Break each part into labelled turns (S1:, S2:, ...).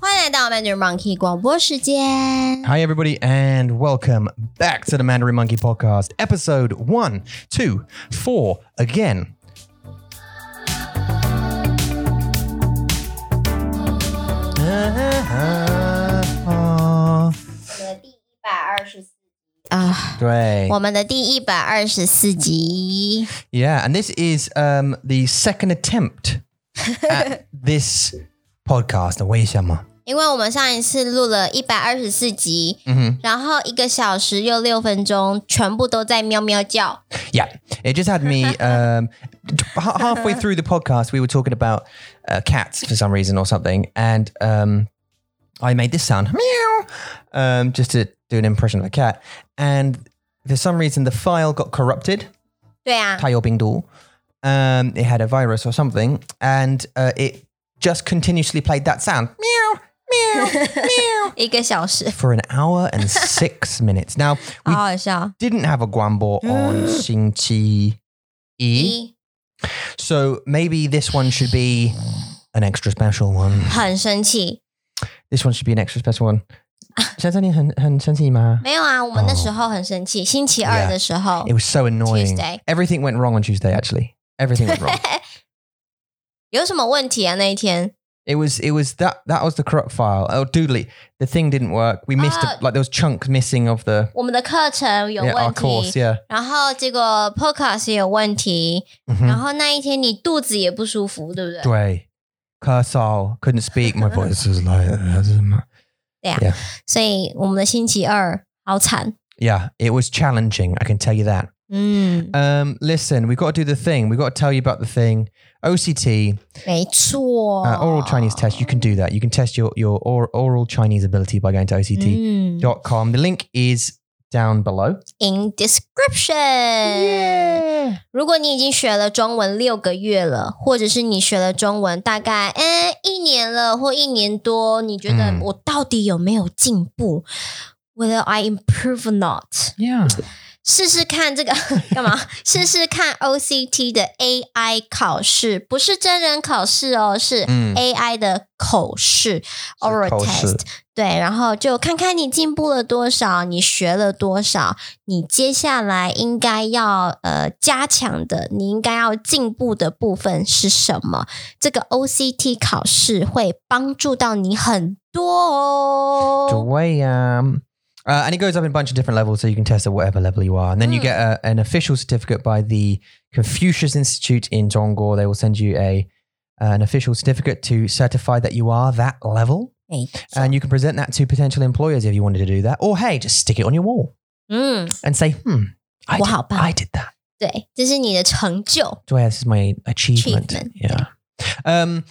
S1: 欢迎来到 Manager Monkey 广播时间。
S2: Hi, everybody, and welcome back to the Mandarin Monkey Podcast, episode one, two, four, again.
S1: 我们
S2: Ah,
S1: 的第一百二十四啊，我们的第一百二十四集，
S2: Yeah, and this is um, the second attempt at this podcast. 为什么？
S1: 因为我们上一次录了一百二十四集，
S2: Mhm.
S1: 然后一个小时又六分钟，全部都在喵喵叫。
S2: Yeah, it just had me um, t- ha- halfway through the podcast. We were talking about uh, cats for some reason or something, and um, I made this sound meow um, just to do an impression of a cat. And for some reason, the file got corrupted.
S1: 对啊，
S2: Taiyobingdu. Um, it had a virus or something, and uh, it just continuously played that sound meow meow meow
S1: 一个小时，
S2: for an hour and six minutes. Now we
S1: 好好笑。
S2: didn't have a guambo on Xingqi E.
S1: 一
S2: So maybe this one should be an extra special one.
S1: 很生气，
S2: This one should be an extra special one. 现在你很很生气吗？
S1: 没有啊，我们那时候很生气，星期二
S2: Yeah
S1: 的时候
S2: It was so annoying.
S1: Tuesday.
S2: Everything went wrong on Tuesday. Actually, everything went wrong.
S1: 有什么问题啊？那一天
S2: It was it was that that was the corrupt file. Oh, doodly, the thing didn't work. We missed
S1: Oh.
S2: a, like there was chunks missing of the
S1: 我们的课程有
S2: yeah, our
S1: 问
S2: course.
S1: 题，
S2: Yeah,
S1: 然后结果 podcast 也有问题，
S2: Mhm.
S1: 然后那一天你肚子也不舒服，对不对？
S2: Dre, Kersal couldn't speak. My voice was like
S1: 所以我们的星期二好惨，
S2: yeah. It was challenging. I can tell you that.
S1: 嗯，
S2: Um, listen, we've got to do the thing. We've got to tell you about the thing. OCT,
S1: 没错
S2: uh, oral Chinese test. You can do that. You can test your your or, oral Chinese ability by going to OCT.com.
S1: 嗯
S2: The link is down below.
S1: ，in
S2: 嗯
S1: description。如果你已经学了中文六个月了，或者是你学了中文大概嗯一年了或一年多，你觉得
S2: 嗯
S1: 我到底有没有进步？Whether I improve or not？
S2: Yeah.
S1: 试试看这个 干嘛？试试看 OCT 的 AI 考试，不是真人考试哦，是
S2: 嗯
S1: AI 的口试 （oral
S2: 口试
S1: test）。对，然后就看看你进步了多少，你学了多少，你接下来应该要呃加强的，你应该要进步的部分是什么？这个 OCT 考试会帮助到你很多哦。
S2: Dwayam. Uh, and it goes up in a bunch of different levels, so you can test at whatever level you are. And then you
S1: Mm.
S2: get a, an official certificate by the Confucius Institute in Zhongguo. They will send you a uh, an official certificate to certify that you are that level.
S1: 没错
S2: And you can present that to potential employers if you wanted to do that. Or hey, just stick it on your wall
S1: 嗯，
S2: and say, hmm, I,
S1: Wow,
S2: did,
S1: Pat.
S2: I did that.
S1: 对，这是你的成就。
S2: So yeah, this is my achievement.
S1: Achievement,
S2: Yeah. Um,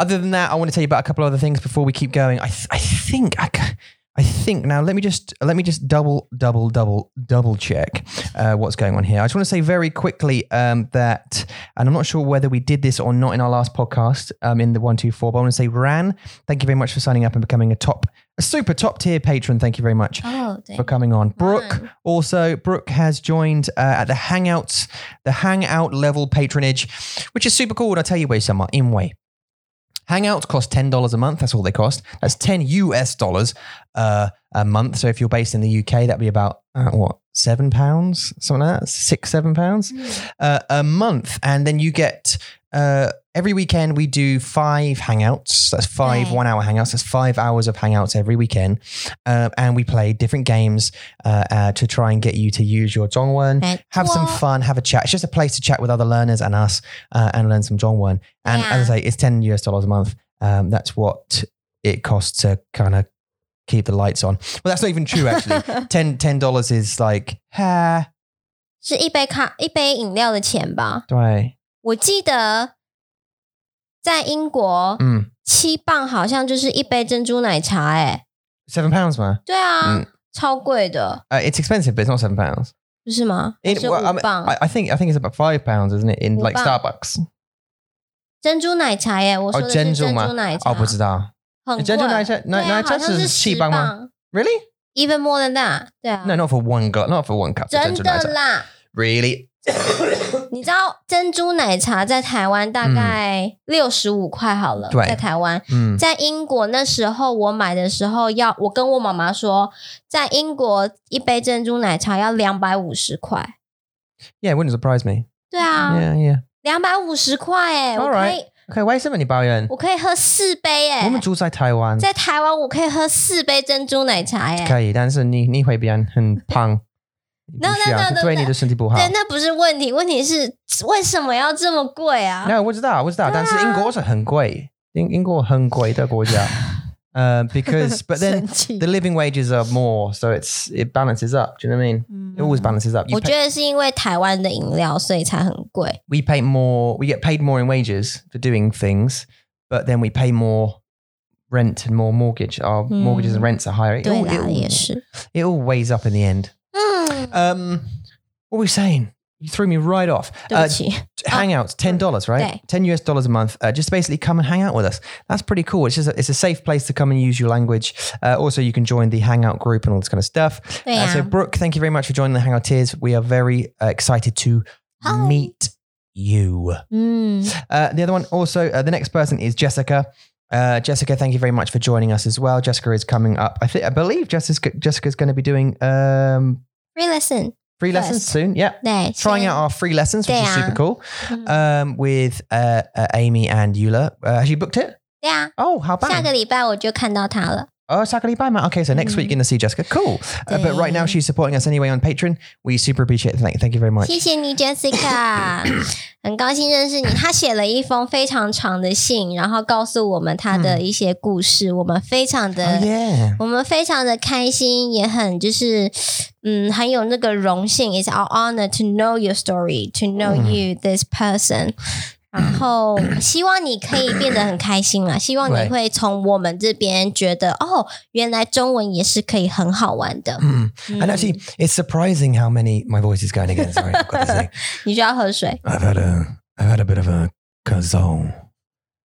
S2: other than that, I want to tell you about a couple other things before we keep going. I, th- I think I, ca- I think now let me just let me just double double double double check uh, what's going on here. I just want to say very quickly um, that, and I'm not sure whether we did this or not in our last podcast um, in the one two four, but I want to say Ran, thank you very much for signing up and becoming a top a super top tier patron. Thank you very much
S1: 哦，对
S2: for，coming on. Brooke
S1: Fun.
S2: also Brooke has joined uh, at the Hangouts, the Hangout level patronage, which is super cool. And I tell you, way summer in way. Hangouts cost ten dollars a month. That's all they cost. That's ten US dollars uh, a month. So if you're based in the UK, that'd be about uh, what seven pounds, something like that, six seven pounds
S1: 嗯
S2: uh, a month, and then you get uh, every weekend we do five hangouts. That's five
S1: Right.
S2: one-hour hangouts. That's five hours of hangouts every weekend, uh, and we play different games uh, uh, to try and get you to use your Zhongwen.
S1: 没
S2: Have some
S1: 错
S2: fun, have a chat. It's just a place to chat with other learners and us, uh, and learn some Zhongwen. And as I say, it's ten US dollars a month. Um, that's what it costs to kind of keep the lights on. Well, that's not even true actually. ten ten dollars is like, ha,
S1: 是一杯咖一杯饮料的钱吧？
S2: do I?
S1: 我记得在英国
S2: Mm.
S1: 七磅好像就是一杯珍珠奶茶、欸，哎，
S2: Seven pounds, man.
S1: 对啊，
S2: 嗯
S1: 超贵的，
S2: Uh, it's expensive, but it's not seven pounds.
S1: 不是吗？还
S2: It,
S1: 是
S2: well, I,
S1: 五
S2: mean,
S1: 磅
S2: I, I think I think it's about five pounds, isn't it? In
S1: Well,
S2: like
S1: bang.
S2: Starbucks.
S1: 珍珠奶茶耶、我说的是珍
S2: 哦珍珠
S1: 珠
S2: 吗
S1: 奶茶，
S2: 哦，不知道。
S1: 很贵，
S2: 珍珠奶茶
S1: 对啊
S2: 奶奶茶
S1: 好像是
S2: 是七
S1: 10
S2: 磅吗
S1: 磅？
S2: Really?
S1: even more than that，对啊，
S2: No, not for one glass. Not for one cup.
S1: 真
S2: of Dungeon
S1: 的
S2: Knights.
S1: 啦。
S2: Really?
S1: 你知道珍珠奶茶在台湾大概六十五块好了，
S2: 嗯对
S1: 在台湾，
S2: Mm.
S1: 在英国那时候我买的时候要，我跟我妈妈说，在英国一杯珍珠奶茶要两百五十块，
S2: Yeah, it wouldn't surprise me.
S1: 对啊，
S2: Yeah, yeah.
S1: 两百五十块哎，我可
S2: Alright
S1: 以
S2: Okay, why so many Baoyan?
S1: 我可以喝四杯哎、
S2: 我们住在台湾，
S1: 在台湾我可以喝四杯珍珠奶茶哎、
S2: 可以，但是你你会变很胖。
S1: No, no, no, no,
S2: 对你的身体不好。
S1: 对，那不是问题，问题是为什么要这么贵啊？
S2: 那我知道，我知道，但是英国是很贵，英英国很贵的国家。 呃、b e c a u s e but then
S1: 生气
S2: the living wages are more, so it's it balances up. Do you know what I
S1: Hmm.
S2: mean? It always balances up. You
S1: 我觉
S2: pay,
S1: 得是因为台湾的饮料，所以才很贵。
S2: we pay more, we get paid more in wages for doing things, but then we pay more rent and more mortgage. Our mortgages and rents are higher. It
S1: 对
S2: all, it,
S1: 啦，也
S2: all,
S1: 是。
S2: it all weighs up in the end.
S1: 嗯，
S2: Um, what were we saying? You threw me right off.
S1: 对不起。
S2: hangouts, ten dollars, right?
S1: Okay.
S2: Ten US dollars a month. Uh, just basically come and hang out with us. That's pretty cool. It's just a, it's a safe place to come and use your language. Uh, also, you can join the hangout group and all this kind of stuff.
S1: Yeah.
S2: Uh, so, Brooke, thank you very much for joining the Hangouteers. We are very uh, excited to
S1: Hi.
S2: meet you.
S1: 嗯，
S2: Uh, the other one, also, uh, the next person is Jessica. Uh, Jessica, thank you very much for joining us as well. Jessica is coming up. I think I believe Jessica Jessica's going to be doing um,
S1: free lesson。
S2: free lessons
S1: First.
S2: soon. Yeah,
S1: 对，
S2: trying
S1: 先
S2: out our free lessons, which is
S1: Yeah.
S2: super cool
S1: 嗯
S2: um, with uh, uh, Amy and Eula. Uh, has she booked it?
S1: 对啊，
S2: Oh, how
S1: 下
S2: bad.
S1: 个礼拜我就看到他了。
S2: Oh, Sakali Baima. Okay, so next week you're going to see Jessica. Cool. Uh, but right now
S1: Dang.
S2: she's supporting us anyway on Patreon. We super appreciate it. Thank, thank you very much.
S1: 谢谢你，Jessica，很 高兴认识你。他写了一封非常长的信，然后告诉我们他
S2: 嗯
S1: 的一些故事，我们非常
S2: Oh,
S1: 的
S2: yeah.
S1: 我们非常的开心，也很就是，嗯，很有那个荣幸。It's our honor to know your story, to know
S2: 嗯
S1: you, this person。然后希望你可以变得很开心 啦，希望
S2: 对
S1: 你会从我们这边觉得，哦，原来中文也是可以很好玩的。
S2: Mm.
S1: 嗯
S2: And actually, it's surprising how many. My voice is going again. Sorry, I've got this thing.
S1: 你需要喝水。
S2: I've had a I've had a bit of a kazoo,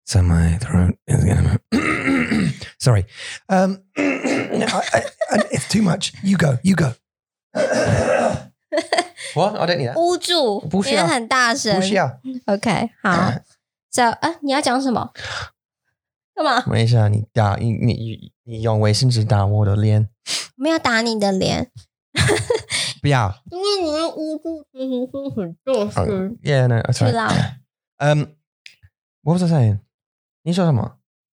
S2: so my throat is gonna. Sorry, um, I, I, I, it's too much. You go, you go. what? I don't need that.
S1: 捂住
S2: 不，需
S1: 因
S2: 要
S1: 为很大声。
S2: Push out.
S1: OK，好。So，啊，你要讲什么？干嘛？
S2: 等一下，你打你你你用卫生纸打我的脸，不要。
S1: 没有打你的脸， 因为你要捂住，其实是很重视。
S2: Yeah, no,
S1: 去
S2: sorry.
S1: 啦。
S2: Um, what was I saying? 你说什么？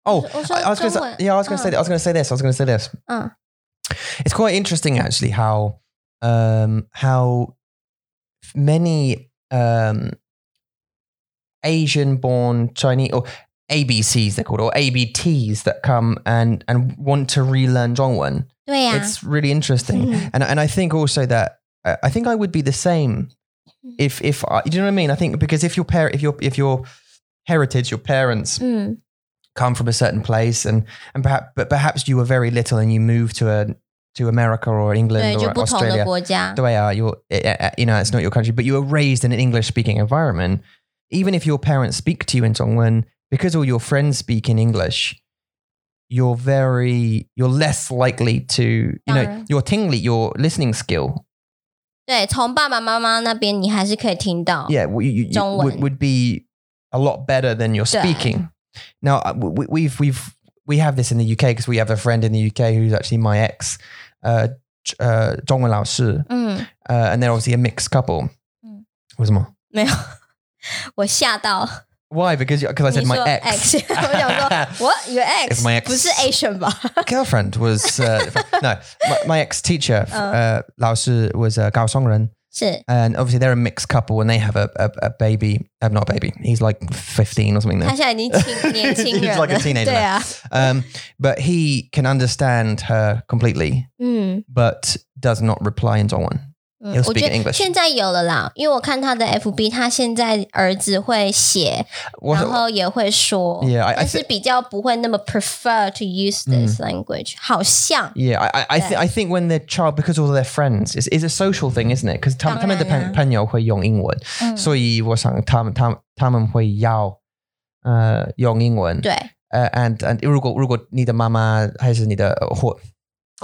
S2: Oh,
S1: 我说
S2: I, I was
S1: 中
S2: gonna say,
S1: 文。
S2: yeah, I was gonna say, that- I was gonna say this, I was gonna say this.
S1: 嗯
S2: It's quite interesting actually how, um, how many um, Asian-born Chinese or ABCs they're called or ABTs that come and and want to relearn Zhongwen.
S1: 对呀、
S2: It's really interesting,
S1: Mhm.
S2: and and I think also that I I think I would be the same if if I, do you know what I mean? I think because if your parent if your if your heritage your parents
S1: 嗯，
S2: come from a certain place and and perhaps but perhaps you were very little and you moved to a to America or
S1: 对，
S2: England
S1: 就
S2: or
S1: 不同的
S2: Australia
S1: 国家
S2: the，way are you eh, you know it's not your country but you were raised in an English speaking environment even if your parents speak to you in Dongwon because all your friends speak in English you're very you're less likely to you know
S1: Darn.
S2: your tingly your listening skill
S1: 对，从爸爸妈妈那边你还是可以听到。
S2: yeah, w- you, you, you
S1: 中文。
S2: would, would be a lot better than you're
S1: 对。
S2: speaking. Now uh, we, we've we've we have this in the UK because we have a friend in the UK who's actually my ex, uh, Ch- uh, 中文老师,
S1: 嗯，
S2: uh, and they're obviously a mixed couple.
S1: 嗯。
S2: Mm.
S1: 没有， 我吓到
S2: Why? Because because I
S1: 你
S2: said
S1: 说
S2: my ex,
S1: ex，我 想说 我 your
S2: It's
S1: ex，
S2: my ex
S1: 不是 Asian 吧？
S2: girlfriend was uh, no my, my ex teacher
S1: Oh.
S2: uh, 老师 was uh, Gao Songren.
S1: 是，
S2: And obviously, they're a mixed couple, and they have a, a, a baby. Uh, not a baby. He's like fifteen or something. Now.
S1: 他现在已经 青年轻人
S2: He's like a
S1: 了，
S2: teenager
S1: 对啊，
S2: Um, but he can understand her completely,
S1: 嗯。
S2: but does not reply in Dongwon.
S1: 嗯
S2: He'll
S1: 我觉
S2: speak in
S1: 得
S2: English.
S1: 现在有了啦，因为我看他的 FB，他现在儿子会写，
S2: What-
S1: 然后也会说
S2: Yeah, I- I
S1: 但是
S2: thi-
S1: 比较不会那么 prefer to use
S2: 嗯
S1: this language，、好像
S2: yeah, I, I, I, th-
S1: Yeah.
S2: I think when the child, because all their friends, it's, it's a social thing, isn't it? Because
S1: 当然啊。
S2: 他们的朋友会用英文，
S1: 嗯。
S2: 所以我想他们他们他们会要呃用英文。
S1: 对，
S2: 呃，and and 如果如果你的妈妈还是你的呃或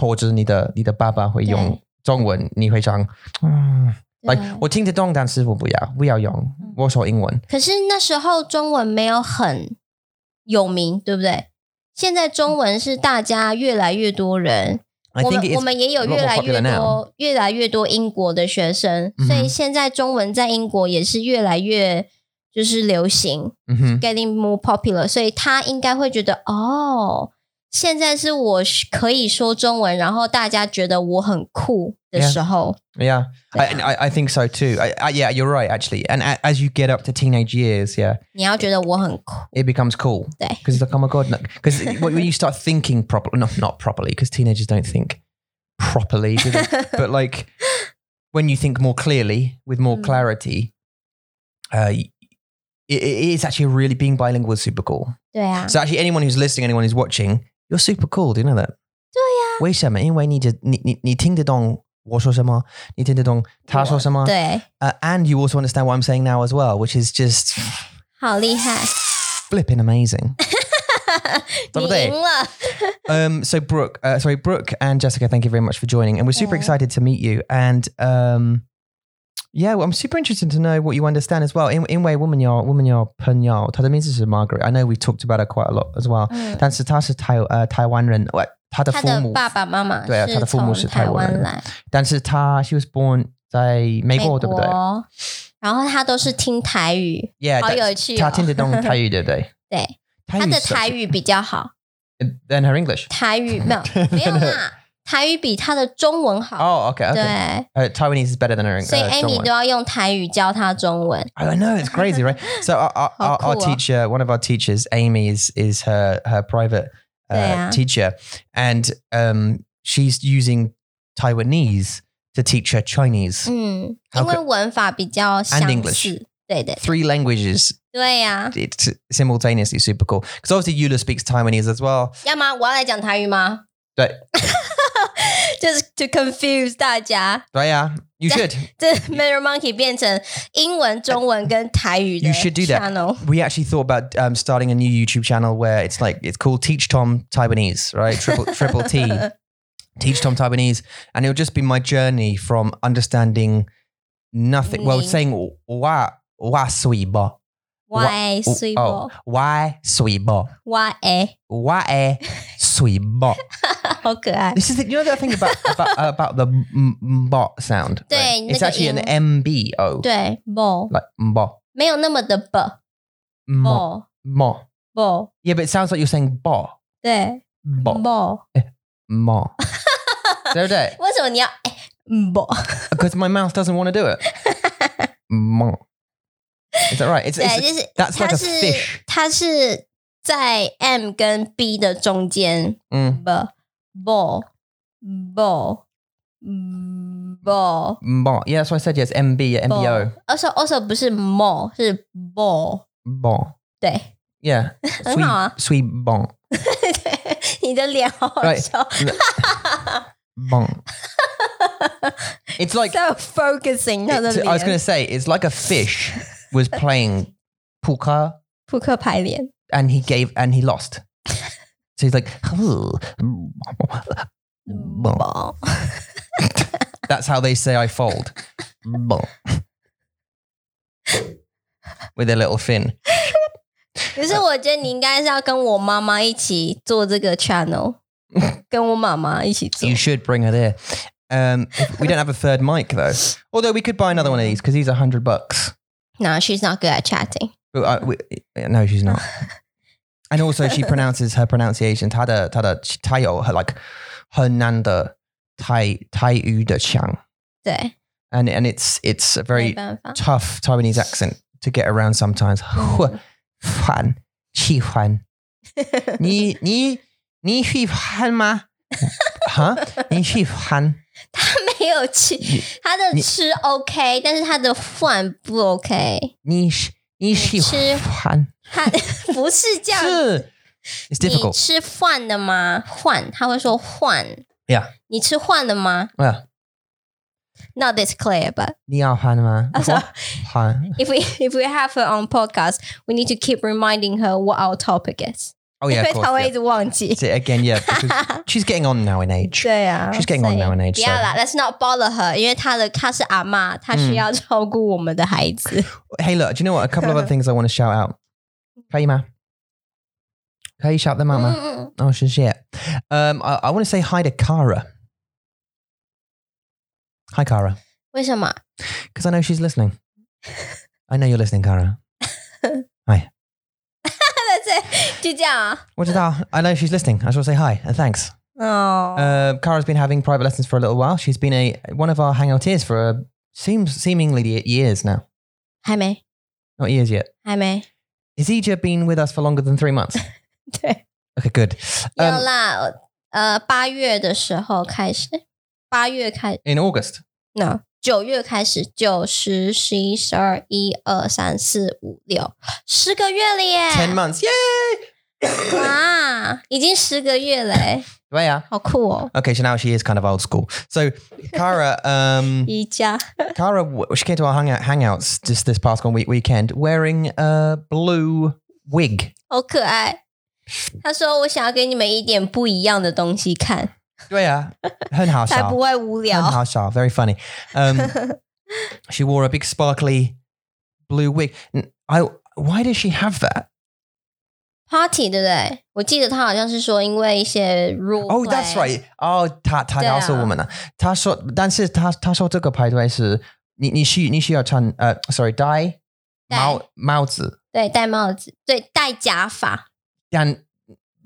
S2: 或者是你的你的爸爸会用
S1: 对
S2: 中文，你会想，嗯
S1: 对
S2: ，like 我听得懂，但是我不要不要用，我说英文。
S1: 可是那时候中文没有很有名，对不对？现在中文是大家越来越多人，
S2: I
S1: 我
S2: think
S1: 们我
S2: it's
S1: 们也有
S2: a lot
S1: 越
S2: more
S1: 来越
S2: popular now
S1: 多越来越多英国的学生，
S2: 嗯哼
S1: 所以现在中文在英国也是越来越就是流行
S2: 嗯哼
S1: ，getting more popular，所以他应该会觉得哦，现在是我是可以说中文，然后大家觉得我很酷的
S2: Yeah
S1: 时候
S2: Yeah, I, and I, I think so too. I, I, yeah, you're right, actually. And a, as you get up to teenage years, yeah,
S1: 你要觉得我很酷，
S2: it becomes cool
S1: 对
S2: because it's like, oh my god, because when you start thinking properly, no, not properly, because teenagers don't think properly, do they? but like when you think more clearly with more
S1: Mm.
S2: clarity, uh, it, it is actually really being bilingual is super cool.
S1: 对啊，
S2: So actually, anyone who's listening, anyone who's watching, you're super cool. Do you know that?
S1: 对啊呀、
S2: 为什么？因为你的你你你听得懂我说什么，你听得懂他说什么。
S1: 对，
S2: Uh, and you also understand what I'm saying now as well, which is just
S1: 好厉 害，
S2: flipping amazing. 对
S1: 你
S2: 不对
S1: 赢了，
S2: um, so Brooke, uh, sorry, Brooke and Jessica, thank you very much for joining, and we're super
S1: Yeah.
S2: excited to meet you. And um, yeah, well, I'm super interested to know what you understand as well. In in way, woman, your woman, your penyao. is Margaret. I know we've talked about her quite a lot as well.
S1: 嗯，
S2: uh,
S1: 他的爸
S2: 但是她是台呃台湾人，喂，她的父母，但是她
S1: 爸妈妈
S2: 对啊他
S1: 是
S2: 的父母
S1: 从
S2: 是
S1: 台
S2: 台湾
S1: 湾
S2: 人
S1: 来，
S2: she was born
S1: 美
S2: 在美国，对不对？哎
S1: 然后他都是听台语，
S2: Yeah，
S1: 好有趣、哦。
S2: 她听得懂台语，对不对？
S1: 对，他的
S2: 台语是
S1: 台语比较好，
S2: Then her English.
S1: 台语 没有没有啦，台语比他的中文好。
S2: Oh, okay, okay.
S1: 对，
S2: Uh, Taiwanese is better than her uh, English.
S1: 所以 Amy 都要用台语教他中 文。
S2: I know it's crazy, right? So our, our,
S1: How
S2: our,
S1: Oh,
S2: our
S1: cool.
S2: teacher, one of our teachers, Amy, is is her her private uh,
S1: Yeah.
S2: teacher, and um, she's using Taiwanese to teach her Chinese,
S1: 嗯，
S2: How
S1: 因
S2: cool.
S1: 为文法比较
S2: And
S1: 相
S2: English.
S1: 似。对对
S2: three languages.
S1: 对呀、
S2: It's simultaneously super cool because obviously Eula speaks Taiwanese as well.
S1: 要吗？我要来讲台语吗？
S2: 对，
S1: 就是 to confuse 大家，
S2: But yeah, you should.
S1: 这 Mirror Monkey 变成英文、中文跟台语的
S2: You should do that.
S1: channel。
S2: We actually thought about um, starting a new YouTube channel where it's like it's called Teach Tom Taiwanese, right? Triple triple T. teach Tom Taiwanese, and it'll just be my journey from understanding nothing. Well,
S1: Meaning.
S2: saying why why sui bo
S1: Why sweet
S2: oh why sui bo
S1: Why a？
S2: why eh, sui bo.
S1: 好可爱。
S2: This is the, you know that thing about about, uh, about the m- m- bo sound.
S1: Yeah,
S2: It's
S1: like
S2: actually an
S1: in-
S2: mbo
S1: 对，bo
S2: like mbo
S1: 没有那么的 b
S2: mo
S1: bo
S2: mo.
S1: bo
S2: Yeah, but it sounds like you're saying bo
S1: 对
S2: bo
S1: bo
S2: mo. Don't it?
S1: 为什么你要哎嗯不？
S2: Because my mouth doesn't want to do it. Mo. Is that right? It's,
S1: 对，
S2: it's,
S1: 就是
S2: that's like
S1: 它
S2: a
S1: 是
S2: fish.
S1: 它是在 M 跟 B 的中间
S2: Mm.
S1: b bo bo bo。
S2: Bon. Yeah, that's why I said yes. MB, yeah, MBO.
S1: also also 不哦是 mo 是 bo，
S2: Bon.
S1: 对
S2: Yeah.
S1: 很好啊
S2: Sweet, sweet bon.
S1: 对，你的脸好好
S2: Right.
S1: 笑
S2: Bon. It's like,
S1: ，so focusing 他的
S2: it's- I was going
S1: 脸，
S2: to say, it's like a fish was playing poker
S1: 扑克牌脸，
S2: and he gave, and he lost. So he's like, bon.
S1: 不
S2: That's how they say I fold. Bon. With their little fin.
S1: 可是我觉得你应该是要跟我妈妈一起做这个 channel，跟我妈妈一起做
S2: You。should bring her there. Um, if- we don't have a third mic though. Although we could buy another one of these because these are hundred bucks.
S1: No, she's not good at chatting.
S2: But I, we, no, she's not. And also, she pronounces her pronunciation. 她的-她的-她有 her like 很难的台台语的腔，
S1: 对，
S2: and and it's it's a
S1: 没
S2: very
S1: 办法。
S2: tough Taiwanese accent to get around sometimes.
S1: 嗯
S2: 你你你喜欢吗？哈？你喜欢？
S1: 她没有吃，她的
S2: 你
S1: 吃 OK，但是她的饭不 OK。
S2: 你喜你喜
S1: 吃
S2: 欢
S1: 她不是这样，
S2: 是？It's
S1: 你
S2: difficult.
S1: 吃饭的吗？换，她会说换。
S2: Yeah.
S1: 你吃饭了吗
S2: Yeah.
S1: ？Not this clear, but
S2: 你要换吗？
S1: 啊
S2: 我换。
S1: if we if we have her on podcast, we need to keep reminding her what our topic is.
S2: Oh yeah,
S1: 因
S2: of
S1: 为
S2: course.
S1: 他会
S2: yeah.
S1: 一直忘记。
S2: That's it again, yeah. Because she's getting on now in age.
S1: 对啊
S2: She's getting
S1: 所
S2: on
S1: 以
S2: now in age,
S1: 不要啦，Let's not bother her，因为她的她是阿妈，她需要照顾我们的孩子。
S2: Hey, look, do you know what? A couple of other things I want to shout out. Hey, ma. Can you shout them out, ma?
S1: 嗯嗯
S2: Oh, she's yeah. Um, I, I want to say hi to Kara. Hi, Kara.
S1: 为什么？
S2: Because I know she's listening. I know you're listening, Kara.
S1: 对，就这样啊。
S2: What did I? I know she's listening. I shall say hi and thanks.
S1: 哦，
S2: Uh, Cara's been having private lessons for a little while. She's been a one of our hangouteers for uh seems seemingly years now.
S1: 还没，
S2: Not years yet.
S1: 还没。
S2: Has Ija been with us for longer than three months?
S1: 对，
S2: Okay, good.
S1: 有
S2: Um,
S1: 啦。呃，八月的时候开始，八月开
S2: in August.
S1: no，九月开始，九十、十一、十二、一二三四五六，十个月了耶！
S2: Ten months. Yay!
S1: 哇，已经十个月了耶，
S2: There are.
S1: 好酷哦！
S2: Okay, so now she is kind of old school. So Cara, um,
S1: 宜家，
S2: Cara, w- she came to our hangout hangouts just this past one week weekend wearing a blue wig.
S1: 好可爱。他说：“我想要给你们一点不一样的东西看，
S2: Oh, Yeah, 很好笑。
S1: 才不会无聊。
S2: 很好笑, very funny. Um, she wore a big sparkly blue wig. N- I why does she have that?
S1: Party 对不对？我记得他好像是说，因为一些 rule。
S2: Oh, that's right. Oh, 她她告诉我们了，她说，但是她她说这个派对是你你需你需要穿呃，sorry，戴
S1: 戴
S2: 帽帽子，
S1: 对，戴帽子，对，戴假发。
S2: 但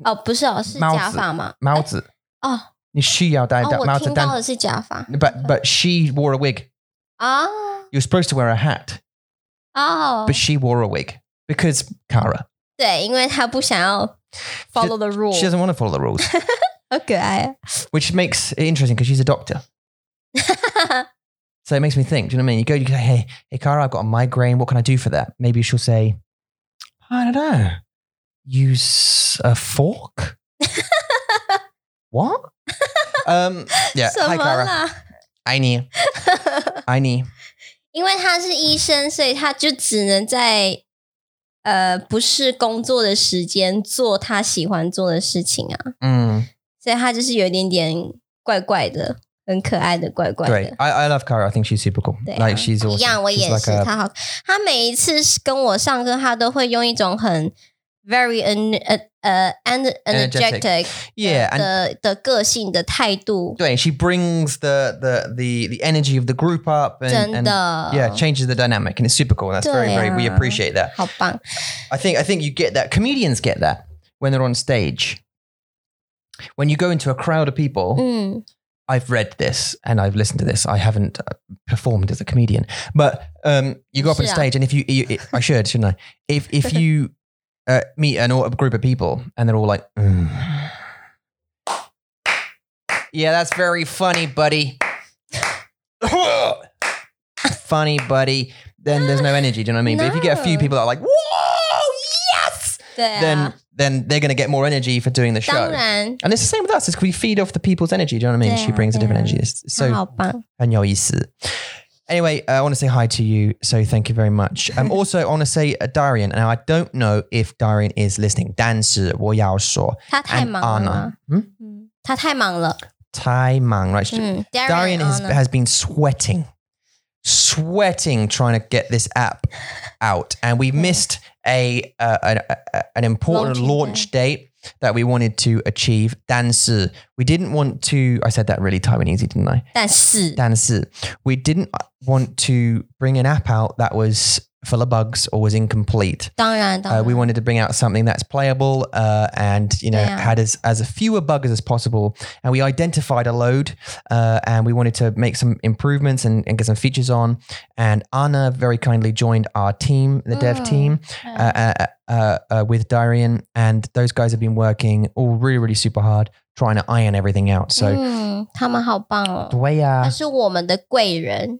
S1: 哦，不是哦，是
S2: 帽子
S1: 假发吗？
S2: 帽子
S1: 哦，
S2: 你需要戴
S1: 哦，
S2: 的
S1: 我
S2: 帽子
S1: 听，到
S2: 但
S1: 的是假发
S2: but but she wore a wig.
S1: 啊
S2: You're supposed to wear a hat,
S1: 哦
S2: but，she wore a wig because Cara.
S1: 对，因为他不想要 follow the
S2: She
S1: rule，
S2: doesn't want to follow the rules,
S1: 好可爱啊。
S2: which makes it interesting because she's a doctor. So it makes me think. Do you know what I mean? You go, you say, hey, hey, Cara, I've got a migraine. What can I do for that? Maybe she'll say, I don't know. Use a fork. what? um. Yeah.
S1: 什
S2: Hi,
S1: 么
S2: Cara.
S1: 啦？
S2: I need. I need.
S1: 因为他是医生，所以他就只能在呃不是工作的时间做他喜欢做的事情啊，
S2: Mm,
S1: 所以他就是有一点点怪怪的，很可爱的怪怪
S2: great.
S1: 的。
S2: I, I love Cara. I think she's super cool.
S1: 对啊、
S2: Like
S1: 一
S2: she's awesome.
S1: 样，我
S2: She's
S1: 也
S2: like
S1: 是。
S2: a,
S1: 他好，他每一次跟我上课，他都会用一种很 very en 呃呃 and
S2: Energetic
S1: energetic
S2: yeah, and
S1: 的的个性的态度，
S2: yeah, she brings the the the the energy of the group up and,
S1: 真
S2: and
S1: 的
S2: yeah, changes the dynamic and it's super cool. That's very very we
S1: Yeah.
S2: appreciate that.
S1: 好棒。
S2: I think I think you get that. Comedians get that when they're on stage. When you go into a crowd of people,
S1: 嗯，
S2: I've read this and I've listened to this. I haven't uh, performed as a comedian, but um, you go up on
S1: Yeah.
S2: stage and if you, you I should, shouldn't I? If if you uh, meet an au- a group of people and they're all like, "Mm." yeah, that's very funny, buddy. funny, buddy. Then there's no energy. Do you know what I mean? But if you get a few
S1: No.
S2: people that are like, whoa, yes,
S1: 对啊
S2: then，then they're going to get more energy for doing the show.
S1: 当然。
S2: And it's the same with us. It's 'cause we feed off the people's energy. Do you know what I mean? she
S1: Yeah,
S2: brings a different
S1: yeah. Uh-huh.
S2: energy. It's
S1: 他
S2: so
S1: 好棒，
S2: 很有意思. Anyway, uh, I want to say hi to you. So thank you very much. Um, also, I want to say uh, Darian. Now, I don't know if Darian is listening. 但是我要说
S1: 他太
S2: and
S1: 忙了
S2: Anna.。Hmm?
S1: 嗯，他太忙了。
S2: 太忙, right?
S1: 嗯
S2: Darian has,
S1: Anna
S2: has been sweating, sweating trying to get this app out, and we missed a, uh, an, a an important
S1: Launching
S2: launch date that we wanted to achieve. 但是 we didn't want to. I said that really Taiwanese, didn't I?
S1: 但是
S2: 但是 we didn't want to bring an app out that was full of bugs or was incomplete.
S1: 当然，当
S2: Uh,
S1: 然
S2: we wanted to bring out something that's playable uh, and you know
S1: Yeah.
S2: had as as a fewer buggers as possible. And we identified a load, uh, and we wanted to make some improvements and, and get some features on. And Anna very kindly joined our team, the dev
S1: Mm.
S2: team,
S1: Yeah.
S2: uh, uh, uh, uh, with Darian, and those guys have been working all really really super hard trying to iron everything out.
S1: Mm.
S2: So ah,
S1: 嗯，他们好棒哦，他
S2: Dwaya,
S1: 是我们的贵人。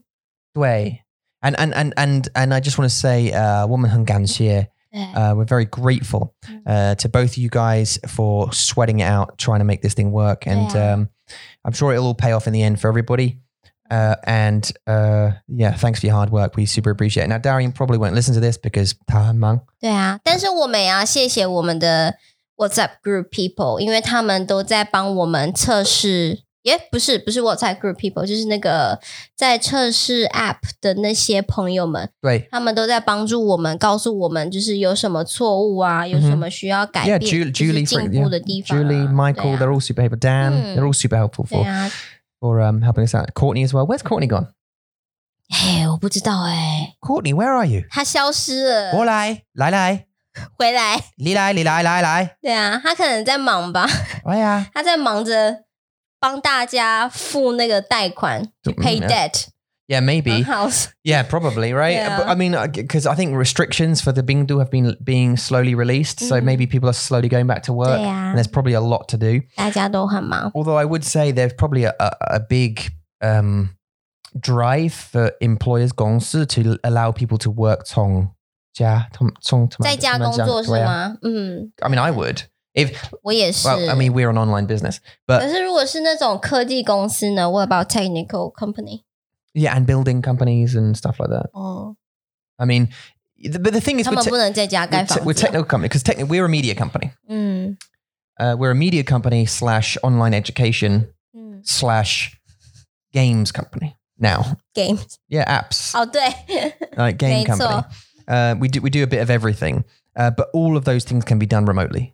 S2: Dway. And, and and and and I just want to say, uh, woman Hunganshir,
S1: 对，
S2: Uh, we're very grateful uh, to both of you guys for sweating it out, trying to make this thing work. And
S1: Yeah.
S2: um, I'm sure it'll all pay off in the end for everybody. Uh, and uh, yeah, thanks for your hard work. We super appreciate it. Now,
S1: 啊
S2: Darian probably won't listen to this because 他很忙.
S1: 对啊，但是我们也要谢谢我们的 WhatsApp group people，因为他们都在帮我们测试，也不是不是 WhatsApp group people，就是那个在测试 App 的那些朋友们，
S2: 对。
S1: 他们都在帮助我们，告诉我们就是有什么错误啊，有什么需要改变、
S2: 嗯 Yeah, Ju-
S1: 就是
S2: Julie, for-
S1: 进步
S2: yeah.
S1: 的地方啊、
S2: Julie, Michael,
S1: they
S2: they're all super helpful. Dan,
S1: Mm.
S2: they're all super helpful
S1: 对
S2: for
S1: 啊，
S2: for um, helping us out. Courtney as well. Where's Courtney gone?
S1: 哎、我不知道哎、
S2: Courtney, where are you?
S1: 他消失了，
S2: 我来，来来，
S1: 回来，
S2: 你来，你来，来来，
S1: 对啊，他可能在忙吧，
S2: 哎呀，
S1: 他在忙着帮大家付那个贷款
S2: 嗯
S1: ，pay
S2: yeah.
S1: debt
S2: Yeah, maybe.
S1: on house，
S2: Yeah, probably right.
S1: Yeah.
S2: But, I mean, because I think restrictions for the Bingdu have been being slowly released, so
S1: Mhm.
S2: maybe people are slowly going back to work,
S1: 对啊
S2: and，there's probably a lot to do.
S1: 大家都很忙，
S2: Although I would say there's probably a, a, a big um, drive for employers 公司 to allow people to work 从家从从
S1: 在家工作是吗？嗯，
S2: I mean, I would if
S1: 我也是。
S2: well, I mean, we're an online business,
S1: 可是如果是那种科技公司呢？What about technical company？
S2: yeah, and building companies and stuff like that.
S1: 哦，
S2: I mean, the, but the thing is,
S1: 他
S2: we're,
S1: 们
S2: te-
S1: 不能在家盖
S2: we're,
S1: 房
S2: te- we're
S1: 子啊。
S2: technical company because technically we're a media company.
S1: 嗯
S2: Uh, we're a media company slash online education
S1: 嗯
S2: slash games company now.
S1: ，game。
S2: Yeah, apps
S1: 哦，对，
S2: like game
S1: Made
S2: company. Uh, we do we do a bit of everything, uh, but all of those things can be done remotely.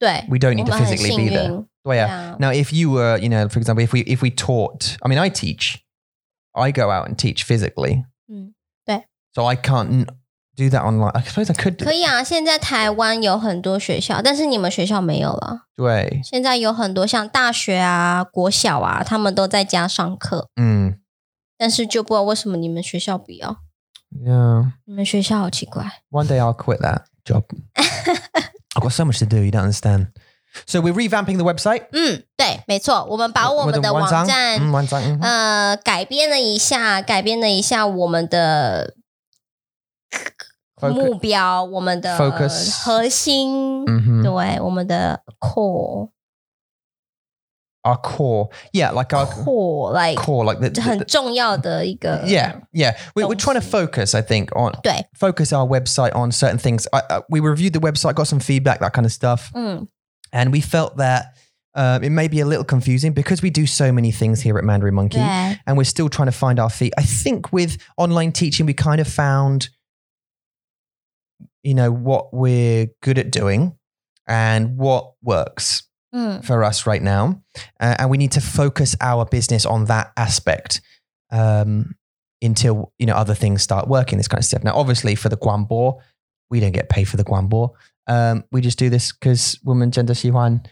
S1: 对，
S2: We
S1: 我
S2: don't
S1: 们
S2: need to
S1: 很
S2: physically
S1: 幸
S2: be there.
S1: 运。
S2: Well, yeah.
S1: 啊
S2: Now, if you were, you know, for example, if we if we taught, I mean, I teach, I go out and teach physically.
S1: Mm. Yeah.
S2: So I can't n- do that online. I suppose I could. Do
S1: 可以啊，现在台湾有很多学校，但是你们学校没有了。
S2: 对，
S1: 现在有很多像大学啊、国小啊，他们都在家上课，
S2: 嗯，
S1: 但是就不知道为什么你们学校不要。
S2: yeah.
S1: 你们学校好奇怪。
S2: One day I'll quit that job. I've got so much to do. You don't understand. So we're revamping the website.
S1: 嗯，对，没错，我们把我们的网站
S2: Mm, 嗯，网站，嗯，
S1: 呃，改编了一下，改编了一下我们的
S2: Focus
S1: 目标，我们的
S2: Focus
S1: 核心，
S2: mhm.
S1: 对，我们的 core
S2: Our core, yeah, like our core,
S1: core like
S2: like the, the-
S1: 很
S2: the-
S1: 重要的一个
S2: yeah, yeah. We, we're trying
S1: 东
S2: to
S1: 西。
S2: focus, I think, on
S1: 对，
S2: focus our website on certain things. I, I, we reviewed the website, got some feedback, that kind of stuff,
S1: 嗯，
S2: and we felt that uh, it may be a little confusing because we do so many things here at Mandarin Monkey.
S1: 对，
S2: and we're still trying to find our feet. I think with online teaching, we kind of found, you know, what we're good at doing and what works
S1: 嗯，
S2: for us right now. Uh, and we need to focus our business on that aspect um, until, you know, other things start working, this kind of stuff. Now, obviously, for the Guanbo, we don't get paid for the Guanbo. Um, we just do this because women gender Xihuan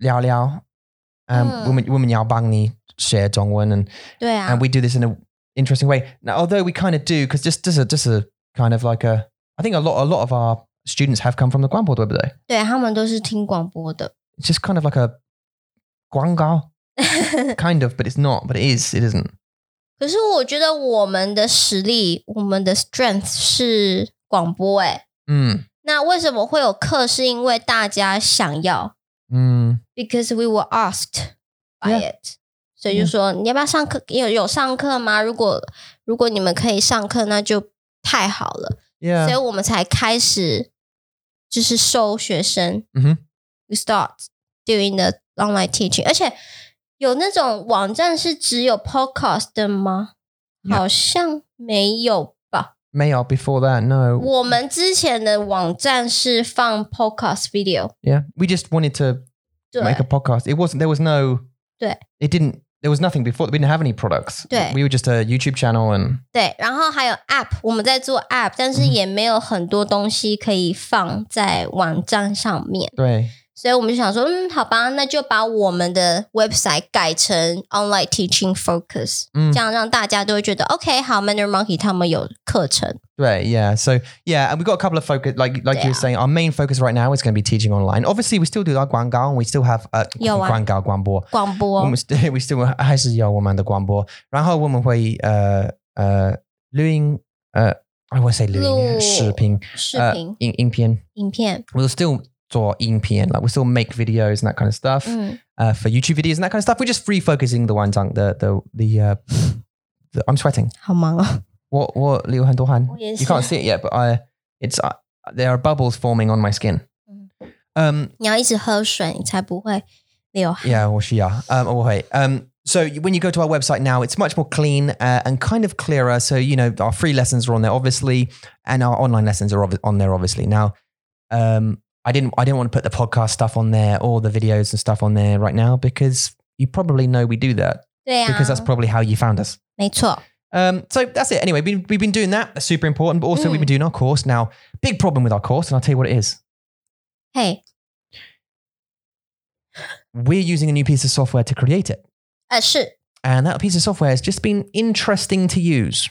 S2: Liao Liao. Um,
S1: Mm.
S2: women women Yao Bang Ni share Dongwen and
S1: 对啊
S2: and，we do this in an interesting way. Now, although we kind of do, because just just a just a kind of like a, I think a lot a lot of our students have come from the Guangbo Web though.
S1: 对他们都是听广播的，
S2: It's just kind of like a Guangao, kind of, but it's not, but it is, it isn't.
S1: 可是我觉得我们的实力，我们的 strength 是广播、欸，哎，
S2: Mm,
S1: 那为什么会有课？是因为大家想要。
S2: mm,
S1: because we were asked by
S2: Yeah.
S1: it。所以就说你要不要上课？有有上课吗？如果如果你们可以上课，那就太好了。所以
S2: yeah.
S1: 我们才开始就是收学生。
S2: 嗯哼
S1: We start doing the online teaching，而且有那种网站是只有 podcast 的吗
S2: Yeah.
S1: 好像没有吧。
S2: Mayo before that, no.
S1: 我们之前的网站是放 podcast video，
S2: Yeah, we just wanted to
S1: 对
S2: make a podcast. It wasn't. There was no.
S1: Yeah.
S2: It didn't. There was nothing before. We didn't have any products.
S1: Yeah.
S2: We were just a YouTube channel and
S1: 对，然后还有 App，我们在做 App，但是
S2: 嗯
S1: 也没有很多东西可以放在网站上面，
S2: 对
S1: 所以我们就想说，嗯，好吧，那就把我们的 website 改成 online teaching focus，、
S2: 嗯
S1: 这样让大家都会觉得 OK，好，Manner Monkey 他们有课程，
S2: Right. Yeah. So yeah, and we've got a couple of focus, like like
S1: Yeah.
S2: you were saying, our main focus right now is going to be teaching online. Obviously, we still do our guangao, and we still have uh,
S1: Yeah, wow.
S2: guangao guangbo.
S1: 广播
S2: And We still we still uh, 还是有我们的广播，然后我们会呃呃录音呃 uh, I want to say
S1: 录-
S2: uh,
S1: 视频、
S2: 录音视频呃影影片，we'll
S1: 影片，
S2: still 做影片 like we'll still make videos and that kind of stuff
S1: 嗯，
S2: uh, for YouTube videos and that kind of stuff. We're just free focusing the ones on the the the. Uh, the I'm sweating.
S1: 好忙哦，
S2: What what Liu Han Dohan?
S1: 我也
S2: You
S1: 是，
S2: can't see it yet, but I it's uh, there are bubbles forming on my skin. Um,
S1: 你要一直喝水，你才不会流汗。
S2: Yeah, well, she are. Um, oh, wait. Um, so you- when you go to our website now, it's much more clean uh, and kind of clearer. So you know our free lessons are on there, obviously, and our online lessons are obvi- on there, obviously. Now, um, I didn't, I didn't want to put the podcast stuff on there or the videos and stuff on there right now because you probably know we do that
S1: 对呀、
S2: because that's probably how you found us.
S1: 没错。
S2: Um, so that's it. Anyway, we, we've been doing that. That's super important. But also,
S1: Mm.
S2: we've been doing our course now. Big problem with our course, and I'll tell you what it is.
S1: 嘿，
S2: We're using a new piece of software to create it.
S1: 呃，是
S2: And that piece of software has just been interesting to use.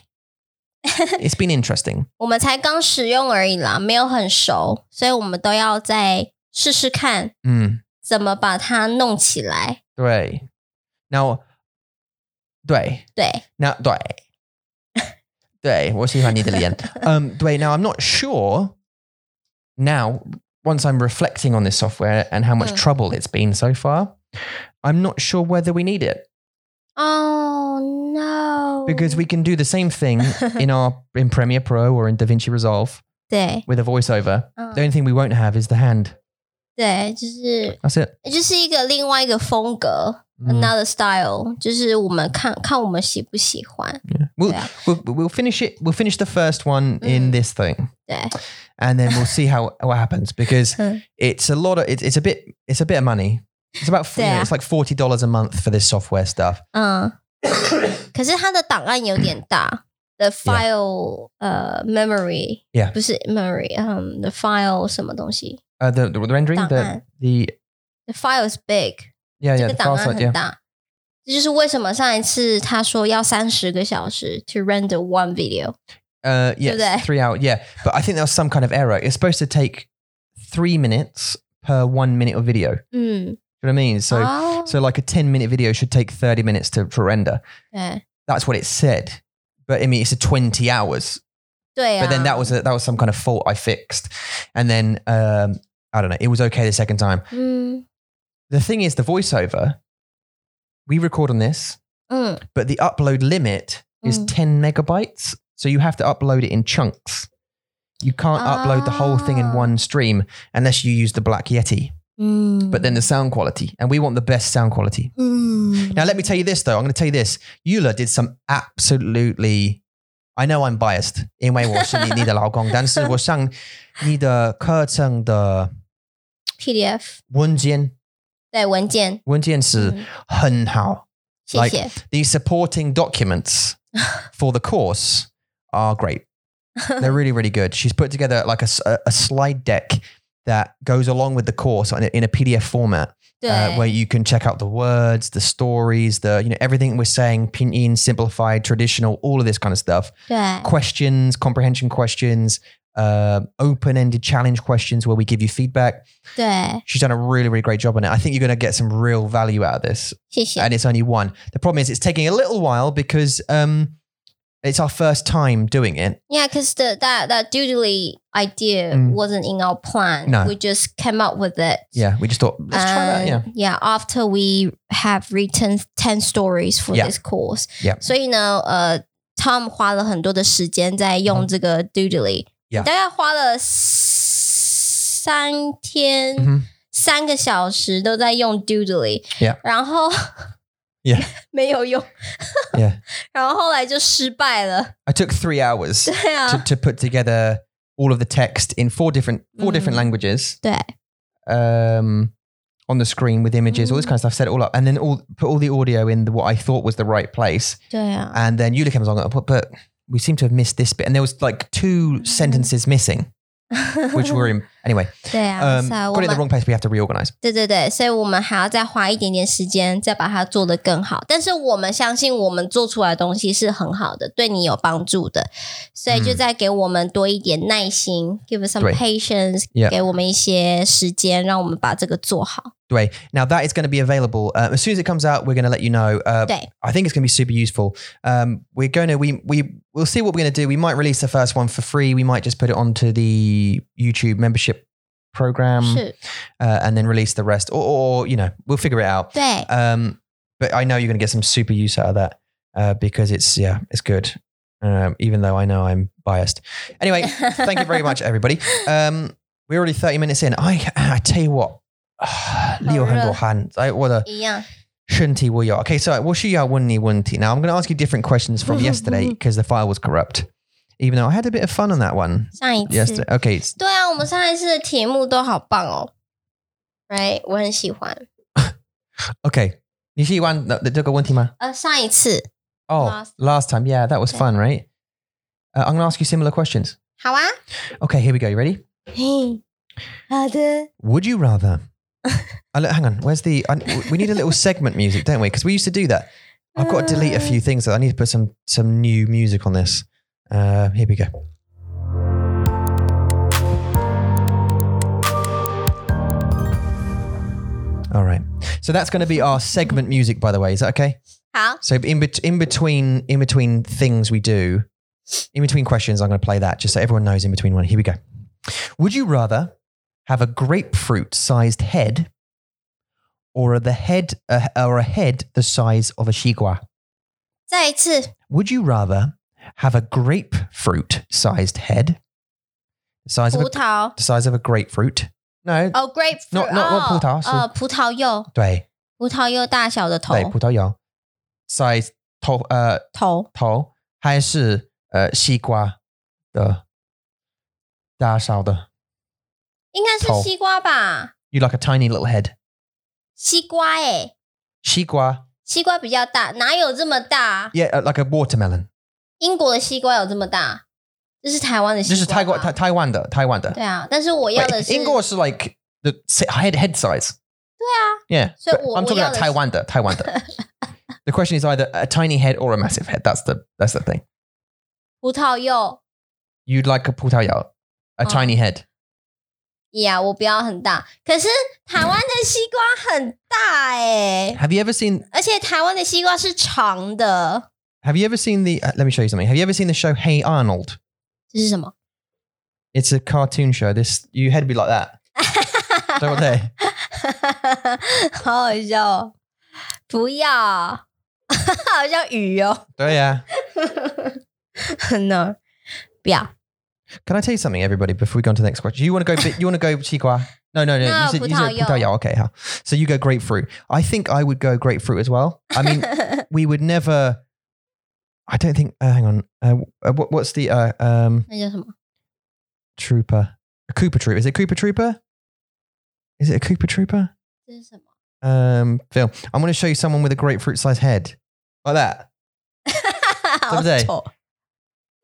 S2: it's been interesting.
S1: 我们才刚使用而已啦，没有很熟，所以我们都要再试试看
S2: Mm.
S1: 怎么把它弄起来。
S2: 对. Now, 对.
S1: 对，
S2: Now, 对.对. We'll see if I need the end. Um, 对. Now, I'm not sure now, once I'm reflecting on this software and how much
S1: Mm.
S2: trouble it's been so far, I'm not sure whether we need it
S1: Oh no!
S2: because we can do the same thing in our in Premiere Pro or in DaVinci Resolve
S1: 对，
S2: with a voiceover.
S1: 嗯
S2: The only thing we won't have is the hand.
S1: 对，就是。
S2: That's it.
S1: 就是一个另外一个风格、a
S2: Mm.
S1: n o t h e r style，就是我们看看我们喜不喜欢。
S2: Yeah. We'll,
S1: Yeah.
S2: we'll we'll finish it. We'll finish the first one in
S1: Mm.
S2: this thing,
S1: 对，
S2: and then we'll see how what happens because
S1: Mm.
S2: it's a lot of it's, it's a bit it's a bit of money. It's about you know,
S1: Yeah.
S2: it's like forty dollars a month for this software stuff. Uh,
S1: 嗯，可是它的档案有点大，the file 呃 memory
S2: Yeah.
S1: 不是 memory，嗯、t h e file 什么东西
S2: Uh, the, the rendering the
S1: Done.
S2: the
S1: ，the file is big，
S2: yeah
S1: 这
S2: yeah
S1: 个
S2: the
S1: 档
S2: file
S1: 案
S2: size
S1: 很
S2: yeah
S1: 大。这就是为什么上一次他说要三十个小时 to render one video，
S2: uh yeah
S1: there.
S2: it's three hour yeah. But I think there was some kind of error. It's supposed to take three minutes per one minute of video. Do
S1: 嗯，
S2: you know what I mean? So
S1: 哦
S2: so like a ten minute video should take thirty minutes to, to render.
S1: 对
S2: That's what it said. But I mean, it's a twenty hours.
S1: 对啊
S2: but then that was a, that was some kind of fault I fixed, and then um, I don't know. It was okay the second time.
S1: 嗯
S2: The thing is, the voiceover we record on this,
S1: 嗯
S2: but the upload limit is
S1: Mm.
S2: ten megabytes, so you have to upload it in chunks. You can't upload the whole thing in
S1: Ah.
S2: one stream unless you use the Black Yeti.
S1: 嗯，
S2: But then the sound quality, and we want the best sound quality.
S1: 嗯
S2: Now, let me tell you this though. I'm going to tell you this. Eula did some absolutely. I know I'm biased. 因为我是你的老公，但是我上你的课程的文件文件是很好，很好，很好。
S1: PDF 对文件，嗯谢
S2: Like-
S1: 谢。
S2: The supporting documents for the course are great. They're really, really good. She's put together like a, s- a- a slide deck that goes along with the course on a- in a PDF format.
S1: 对，
S2: uh, where you can check out the words, the stories, the you know everything we're saying, pinyin, simplified, traditional, all of this kind of stuff.
S1: 对，
S2: Questions, comprehension questions, uh, open-ended challenge questions where we give you feedback.
S1: 对，
S2: She's done a really, really great job on it. I think you're going to get some real value out of this,
S1: 谢谢。
S2: and it's only one. The problem is it's taking a little while because um, it's our first time doing it.
S1: Yeah, because the that that doodly idea
S2: Mm.
S1: wasn't in our plan.
S2: No.
S1: We just came up with it.
S2: Yeah, we just thought let's try that. Yeah,
S1: And yeah, after we have written ten stories for
S2: Yeah.
S1: this course.
S2: Yeah.
S1: 所以呢，呃，Tom uh, 花了很多的时间在用这个 doodly，、
S2: Yeah.
S1: 大概花了三天。
S2: Mhm.
S1: 三个小时都在用 Doodly，、
S2: Yeah
S1: 然后
S2: Yeah
S1: 没有用
S2: Yeah.
S1: 然后后来就失败了。
S2: I took three hours.
S1: 对
S2: to,
S1: 啊，
S2: to put together all of the text in four different four different
S1: Mm.
S2: languages
S1: 对
S2: um, on the screen with images, all this kind of stuff. Set it all up, and then all put all the audio in the, what I thought was the right place.
S1: 对啊，
S2: And then Yula comes along, and, but, but we seem to have missed this bit, and there was like two sentences missing, which were in anyway.
S1: 对啊，
S2: Um,
S1: 所以
S2: got
S1: 我
S2: it in the
S1: 们
S2: wrong place. We have to reorganize.
S1: 对对对，所以我们还要再花一点点时间，再把它做得更好。但是我们相信我们做出来的东西是很好的，对你有帮助的，所以就
S2: 嗯
S1: 再给我们多一点耐心、g i v e us
S2: 对
S1: some patience，、
S2: Yeah
S1: 给我们一些时间，让我们把这个做好。
S2: Way now that is going to be available uh, as soon as it comes out. We're going to let you know. Uh,
S1: 对
S2: I think it's going to be super useful. Um, we're going to we we we'll see what we're going to do. We might release the first one for free. We might just put it onto the YouTube membership program
S1: 是
S2: uh, and then release the rest, or, or you know we'll figure it out.
S1: 对
S2: Um, but I know you're going to get some super use out of that uh, because it's yeah it's good. Um, even though I know I'm biased. Anyway, thank you very much, everybody. Um, We're already 30 minutes in. I I tell you what. 流很多汗，哎，我的
S1: 一样，
S2: 身体我有 Okay, so 我需要问你问题. Now I'm going to ask you different questions from yesterday because the file was corrupt. Even though I had a bit of fun on that one
S1: 上一次
S2: yesterday. Okay, it's-
S1: 对啊，我们上一次的题目都好棒哦，right，我很喜欢。
S2: okay. 你喜欢这个问题吗？
S1: 呃，上一次
S2: Oh,
S1: Last-
S2: last time. Yeah, that was
S1: Yeah.
S2: fun, right? Uh, I'm going to ask you similar questions.
S1: 好啊，
S2: Okay, here we go. You ready?
S1: 嘿，好的，
S2: Would you rather? I look, hang on. Where's the? I, we need a little segment music, don't we? Because we used to do that. I've got to delete a few things. Though. I need to put some some new music on this. Uh, here we go. All right. So that's going to be our segment music, by the way. Is that okay?
S1: 好，
S2: So in bet- in between in between things we do, in between questions, I'm going to play that just so everyone knows in between one. Here we go. Would you rather have a grapefruit-sized head, or the head uh, or a head the size of a shigua?
S1: 再一次，
S2: Would you rather have a grapefruit-sized head, the size of
S1: 葡
S2: a,
S1: 萄
S2: the size of a grapefruit? No,
S1: 哦，grape，
S2: Not- not- not 葡萄是
S1: 呃，葡萄柚，
S2: 对
S1: 葡萄柚大小的头
S2: 对，葡萄柚 size uh, 头呃
S1: 头，
S2: 头还是呃西瓜的大小的
S1: 应该是
S2: 头
S1: 西瓜吧？
S2: ？You like a tiny little head？
S1: 西瓜诶，
S2: 西瓜
S1: 西瓜比较大，哪有这么大？
S2: ，yeah, uh, like a watermelon，
S1: 英国的西瓜有这么大？这是台湾的西
S2: 就
S1: 瓜吧，
S2: 是泰国台台湾的台湾的
S1: 对。啊，但是我要的
S2: Wait,
S1: 是
S2: 英国是 like the si- head head size。
S1: 对啊，
S2: Yeah,
S1: 所以
S2: but
S1: 我
S2: I'm
S1: 我
S2: talking
S1: 要
S2: about
S1: 的是
S2: Taiwan 的台 湾的。The question is either a tiny head or a massive head. That's the that's the thing.
S1: 葡萄柚
S2: You'd like a 葡萄柚 a
S1: 哦
S2: tiny head.
S1: 呀我不要很大。可是台湾的西瓜很大诶，
S2: Have you ever seen
S1: 而且台湾的西瓜是长的，
S2: Have you ever seen the? uh, let me show you something. Have you ever seen the show Hey Arnold?
S1: 这是什么？
S2: It's a cartoon show. This your head would be like that. Don't they?
S1: 好好笑哦！不要， 好像鱼哦。
S2: 对呀。
S1: no，不要。
S2: Can I tell you something, everybody, before we go on to the next question? You want to go, bit- you want to go chiqua? No, no,
S1: No,
S2: no. you said, you said
S1: 葡萄柚.
S2: putaya. Okay, huh? So you go grapefruit. I think I would go grapefruit as well. I mean, we would never, I don't think, uh, hang on. Uh, uh, what, what's the uh, um,
S1: 那叫什么？
S2: trooper? A Cooper Trooper. Is it Cooper Trooper? Is it a Cooper Trooper?
S1: 这是什么？
S2: Um, Phil, I'm going to show you someone with a grapefruit sized head. Like that.
S1: 好
S2: 对
S1: 丑。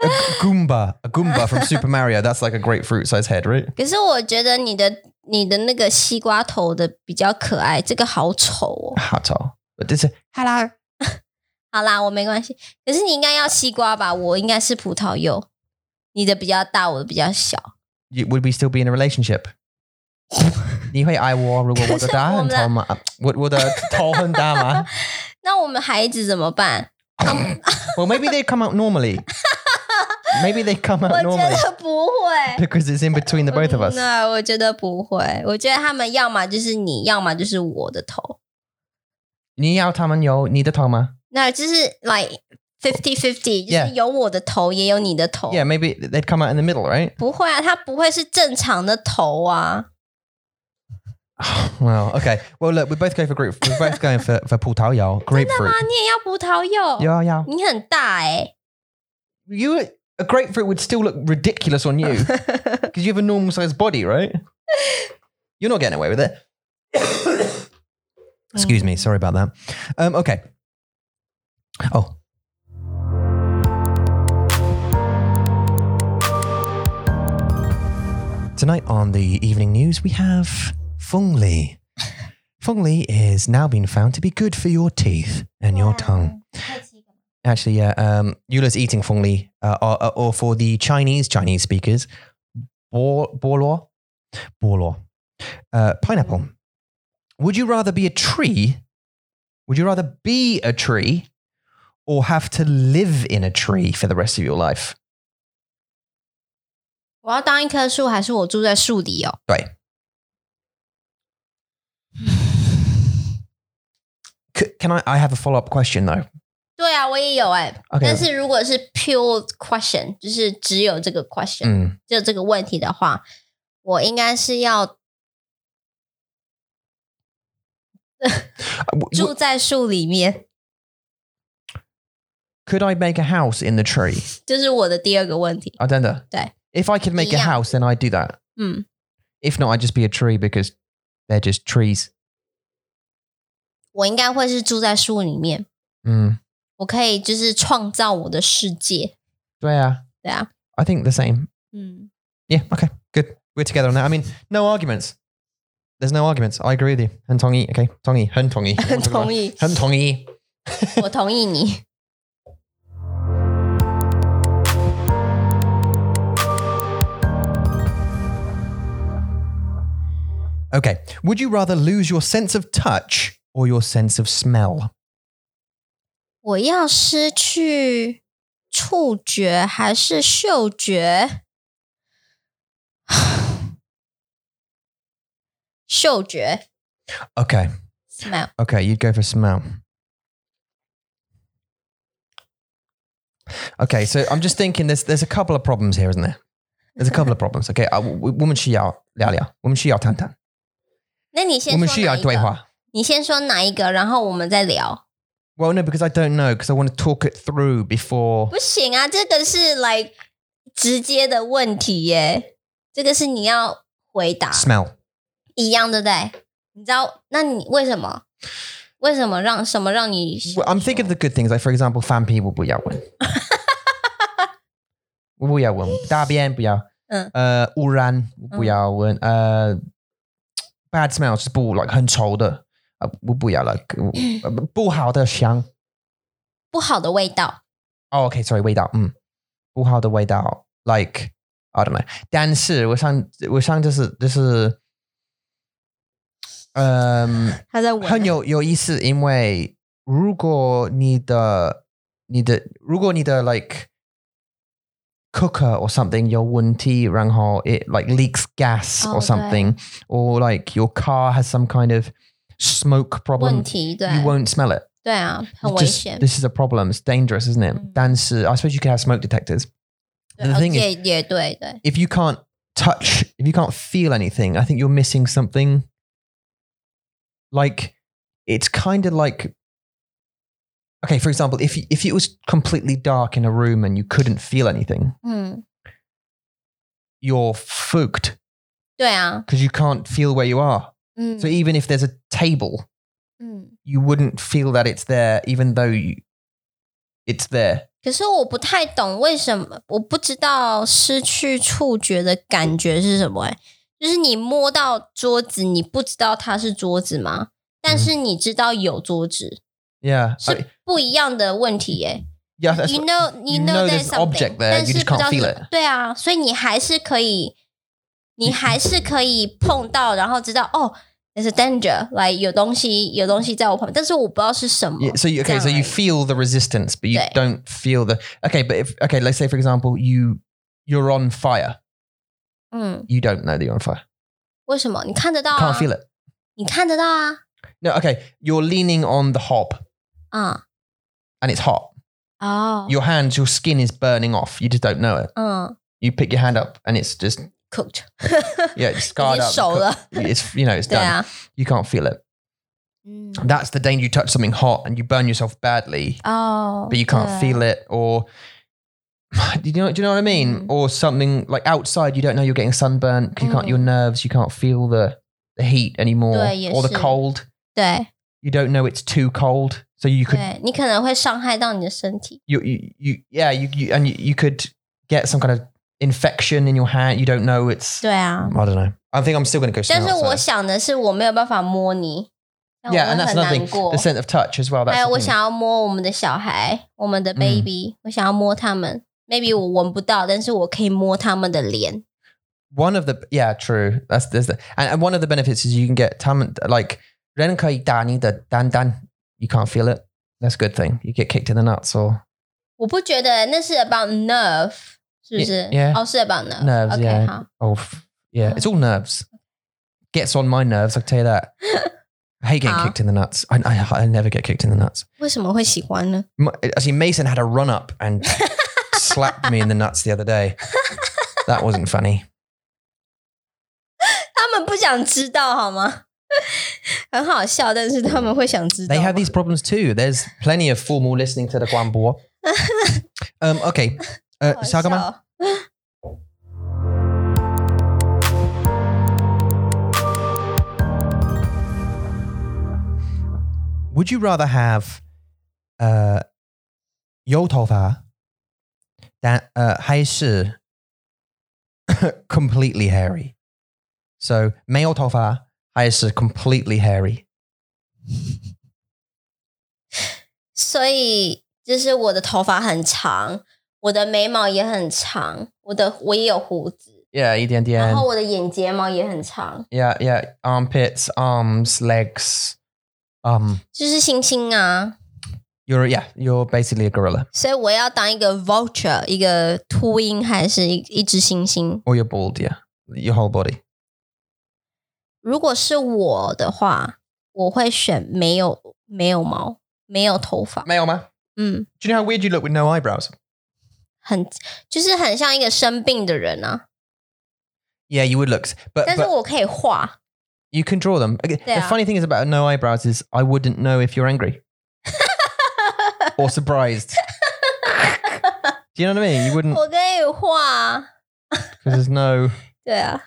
S2: A Goomba. A Goomba from Super Mario. That's like a grapefruit sized head, right?
S1: 可是我觉得你的你的那个西瓜头的比较可爱，这个好丑哦。
S2: Hot But it's a, hello.
S1: 好啦，我没关系。可是你应该要西瓜吧？我应该是葡萄柚。你的比较大，我的比较小。
S2: you, would we still be in a relationship? 你会爱我，如果我的答案头吗？我我的头很大吗？
S1: 那我们孩子怎么 办？
S2: well, maybe they come out normally. Maybe they come
S1: 我
S2: out
S1: 觉
S2: normally
S1: 得不会。
S2: because it's in between the both of us.
S1: 嗯那我觉得不会，我觉得他们要么就是你，要么就是我的头，
S2: 你要他们有你的头吗？
S1: 那就是 like fifty fifty，就
S2: Yeah.
S1: 是有我的头也有你的头。
S2: Yeah, maybe they'd come out in the middle, right?
S1: 不会啊，它不会是正常的头啊。
S2: Well, okay. Well, look, we both go for group. We're both going for for 葡萄柚,
S1: 啊
S2: grapefruit.，
S1: 你也要葡萄柚？
S2: Yeah, yeah.
S1: 你很大哎、
S2: You a grapefruit would still look ridiculous on you. Because you have a normal sized body, right? You're not getting away with it. Excuse me. Sorry about that. Um, okay. Oh. Tonight on the evening news, we have Fung Li. Fung Li is now been found to be good for your teeth and your tongue.
S1: 嗯
S2: Actually, yeah. Um, Eula's eating Feng Li, uh, or, or- or for the Chinese Chinese speakers, bo- Borlaw, Borlaw, uh, pineapple. Would you rather be a tree? Would you rather be a tree, or have to live in a tree for the rest of your life?
S1: 我要当一棵树，还是我住在树里哦？
S2: Right. C- can I? I have a follow up question though.
S1: 对啊，我也有哎、
S2: OK
S1: 但是如果
S2: 嗯
S1: 是 pure question，就是只有这个 question，、
S2: Mm.
S1: 只有这个问题的话，我应该是要
S2: Uh, w- w-
S1: 住在树里面，
S2: could I make a house in the tree?
S1: 就是我的第二个问题。
S2: I don't know.
S1: Okay.
S2: If I could make a
S1: Yeah.
S2: house, then I'd do that.
S1: 嗯，
S2: If not, I'd just be a tree because they're just trees.
S1: 我应该会是住在树里面，
S2: Mm.
S1: 我可以就是创造我的世界。
S2: So, yeah,
S1: Yeah.
S2: uh, I think the same.
S1: 嗯
S2: Yeah. Okay. Good. We're together on that. I mean, no arguments. There's no arguments. I agree with you. Hen tongi. Okay. Tongi. Hen tongi.
S1: 同意，
S2: Hen tongi.
S1: 我同意你。
S2: Okay. Would you rather lose your sense of touch or your sense of smell?
S1: 我要失去触觉还是嗅觉？嗅觉
S2: Okay.
S1: smell
S2: Okay. You'd go for smell. Okay. So I'm just thinking there's, there's a couple of problems here, isn't there? There's a couple of problems. Okay. uh, 啊，我我们需要聊聊，我们需要谈谈，我们需要对话。
S1: 那你先说哪一个？你先说哪一个，然后我们再聊。
S2: Well, no, because I don't know, because I want to talk it through before.
S1: 不行啊，这个是 like 直接的问题耶，这个是你要回答
S2: Smell.
S1: 一样，对不对？你知道？那你为什么？为什么让什么让你
S2: Well, I'm thinking of the good things, like, for example, fan people 不要闻。不要闻，大便不要。
S1: 嗯。
S2: Uh, 呃，污染不要闻，呃，bad smells 就是不- like Uh, 很臭的，呃，我不要 like uh, 呃，不好的香。
S1: 不好的味道？
S2: Oh, okay, sorry, 味道，嗯，不好的味道，like I don't know. 但是我想，我想就是就是，嗯、um,。
S1: 他在闻啊
S2: 很有有意思，因为如果你的你的如果你的 like cooker or something 有问题，然后 it like leaks gas
S1: 哦
S2: or something、or like your car has some kind of smoke
S1: 问
S2: problem,
S1: 题，对
S2: you won't smell it.
S1: 对啊，很
S2: You
S1: 危
S2: just-
S1: 险。
S2: this is a problem. It's dangerous, isn't it?
S1: 嗯
S2: 但是 I suppose you could have smoke detectors.
S1: 对
S2: The
S1: 哦
S2: thing is,
S1: 也也对对，
S2: if you can't touch, if you can't feel anything, I think you're missing something. Like, it's kind of like, okay, for example, if if it was completely dark in a room and you couldn't feel anything,
S1: 嗯，
S2: you're fucked
S1: 对啊，
S2: because you can't feel where you are.
S1: 嗯
S2: So even if there's a table,
S1: 嗯。
S2: you wouldn't feel that it's there, even though you, it's there.
S1: 可是我不太懂为什么，我不知道失去触觉的感觉是什么、欸。就是你摸到桌子，你不知道它是桌子吗？但是你知道有桌子，
S2: Yeah, I-
S1: 是不一样的问题耶、
S2: yeah. That's,
S1: you know, you
S2: you
S1: know
S2: know
S1: there's
S2: there's an
S1: something,
S2: object there,
S1: 但
S2: you
S1: 是不
S2: just
S1: 知
S2: can't
S1: 道
S2: feel
S1: 是
S2: it.
S1: 对啊，所以你还是可以，你还是可以碰到，然后知道哦，there's a danger，来、有东西，有东西在我旁边，但是我不知道是什么。
S2: Yeah, so you, okay,
S1: 这
S2: so you
S1: 样而已
S2: feel the resistance, but you
S1: Yeah.
S2: don't feel the okay. But if okay, let's say for example, you you're on fire.
S1: 嗯，
S2: You don't know that you're on fire.
S1: 为什么你看得到
S2: You
S1: 啊
S2: Can't？feel it.
S1: 你看得到啊？
S2: No, okay. You're leaning on the hob,
S1: 嗯，
S2: and it's hot.
S1: 哦，
S2: Your hands, your skin is burning off. You just don't know it.
S1: 嗯
S2: You pick your hand up, and it's just
S1: ，cooked，
S2: yeah, it's scarred
S1: 已经
S2: up.
S1: 熟了，
S2: It's you know, it's
S1: 对
S2: done.
S1: 啊，
S2: You can't feel it.
S1: 嗯，
S2: That's the danger. You touch something hot, and you burn yourself badly.
S1: 哦，
S2: but you can't feel it or do you know do you know what I mean?
S1: Mm.
S2: Or something like outside you don't know you're getting sunburnt, 'cause you can't your
S1: Mm.
S2: nerves, you can't feel the the heat anymore.
S1: Yeah,
S2: or the
S1: yes.
S2: cold.
S1: 对
S2: You don't know it's too cold. So you could
S1: 对，你可能会伤害到你的身体。
S2: you, you you yeah, you, you and you, you could get some kind of infection in your hand. You don't know it's
S1: 对啊，
S2: I don't know. I think I'm still gonna go
S1: 但是
S2: smell, so-
S1: 我想的是，我没有办法摸你，那
S2: Yeah,
S1: 我
S2: and
S1: 会
S2: that's
S1: 很
S2: another
S1: 难
S2: thing.
S1: 过
S2: The。scent of touch as well. That's
S1: 还
S2: the
S1: 有，我
S2: thing.
S1: 想要摸我们的小孩，我们的 baby，、我想要摸他们。Maybe 我闻不到，但是我可以摸他们的脸。
S2: one of the yeah true that's there's the and, and one of the benefits is you can get tam like renkai dani the dan dan you can't feel it that's a good thing you get kicked in the nuts or
S1: 我不觉得那是 about nerve，是不是？
S2: Yeah, yeah.
S1: 哦，是 about nerve。
S2: Nerves,
S1: OK，、
S2: yeah.
S1: 好，
S2: oh f- yeah it's all nerves gets on my nerves I can tell you that I hate getting
S1: Ah.
S2: kicked in the nuts I, I, I never get kicked in the nuts
S1: 为什么会喜欢呢？
S2: M- actually Mason had a run up and slapped me in the nuts the other day that wasn't funny
S1: 们不想知道好吗？ 很好笑，但是他们会想知道
S2: They
S1: 吗。
S2: have these problems too. There's plenty of formal listening to the guambo. um, okay. Uh,
S1: 好笑
S2: Sagama,
S1: 哦
S2: would you rather have uh, 油头发 than uh, 还是 completely hairy? So 没有头发还是 completely hairy?
S1: 所以就是我的头发很长，我的眉毛也很长，我的我也有胡子，
S2: Yeah,
S1: 然后
S2: E 一点点。
S1: 我的眼睫毛也很长，
S2: Yeah, yeah. Armpits, arms, legs. Um,
S1: 就是星星啊。
S2: you're yeah, you're basically a gorilla.
S1: 所以我要当一个 vulture，一个秃鹰，还是一一只猩猩？
S2: Or you're bald, yeah. Your whole body.
S1: 如果是我的话，我会选没有没有毛、没有头发。
S2: 没有吗？
S1: 嗯，
S2: Do you know how weird you look with no eyebrows?
S1: 很就是很像一个生病的人啊。
S2: Yeah, you would look, but,
S1: 但是
S2: but
S1: 我可以画，
S2: you can draw them. Okay, The
S1: Yeah.
S2: funny thing is about no eyebrows is I wouldn't know if you're angry or surprised. Do you know what I mean? You wouldn't
S1: 我可以画啊，
S2: because there's no.
S1: 对啊，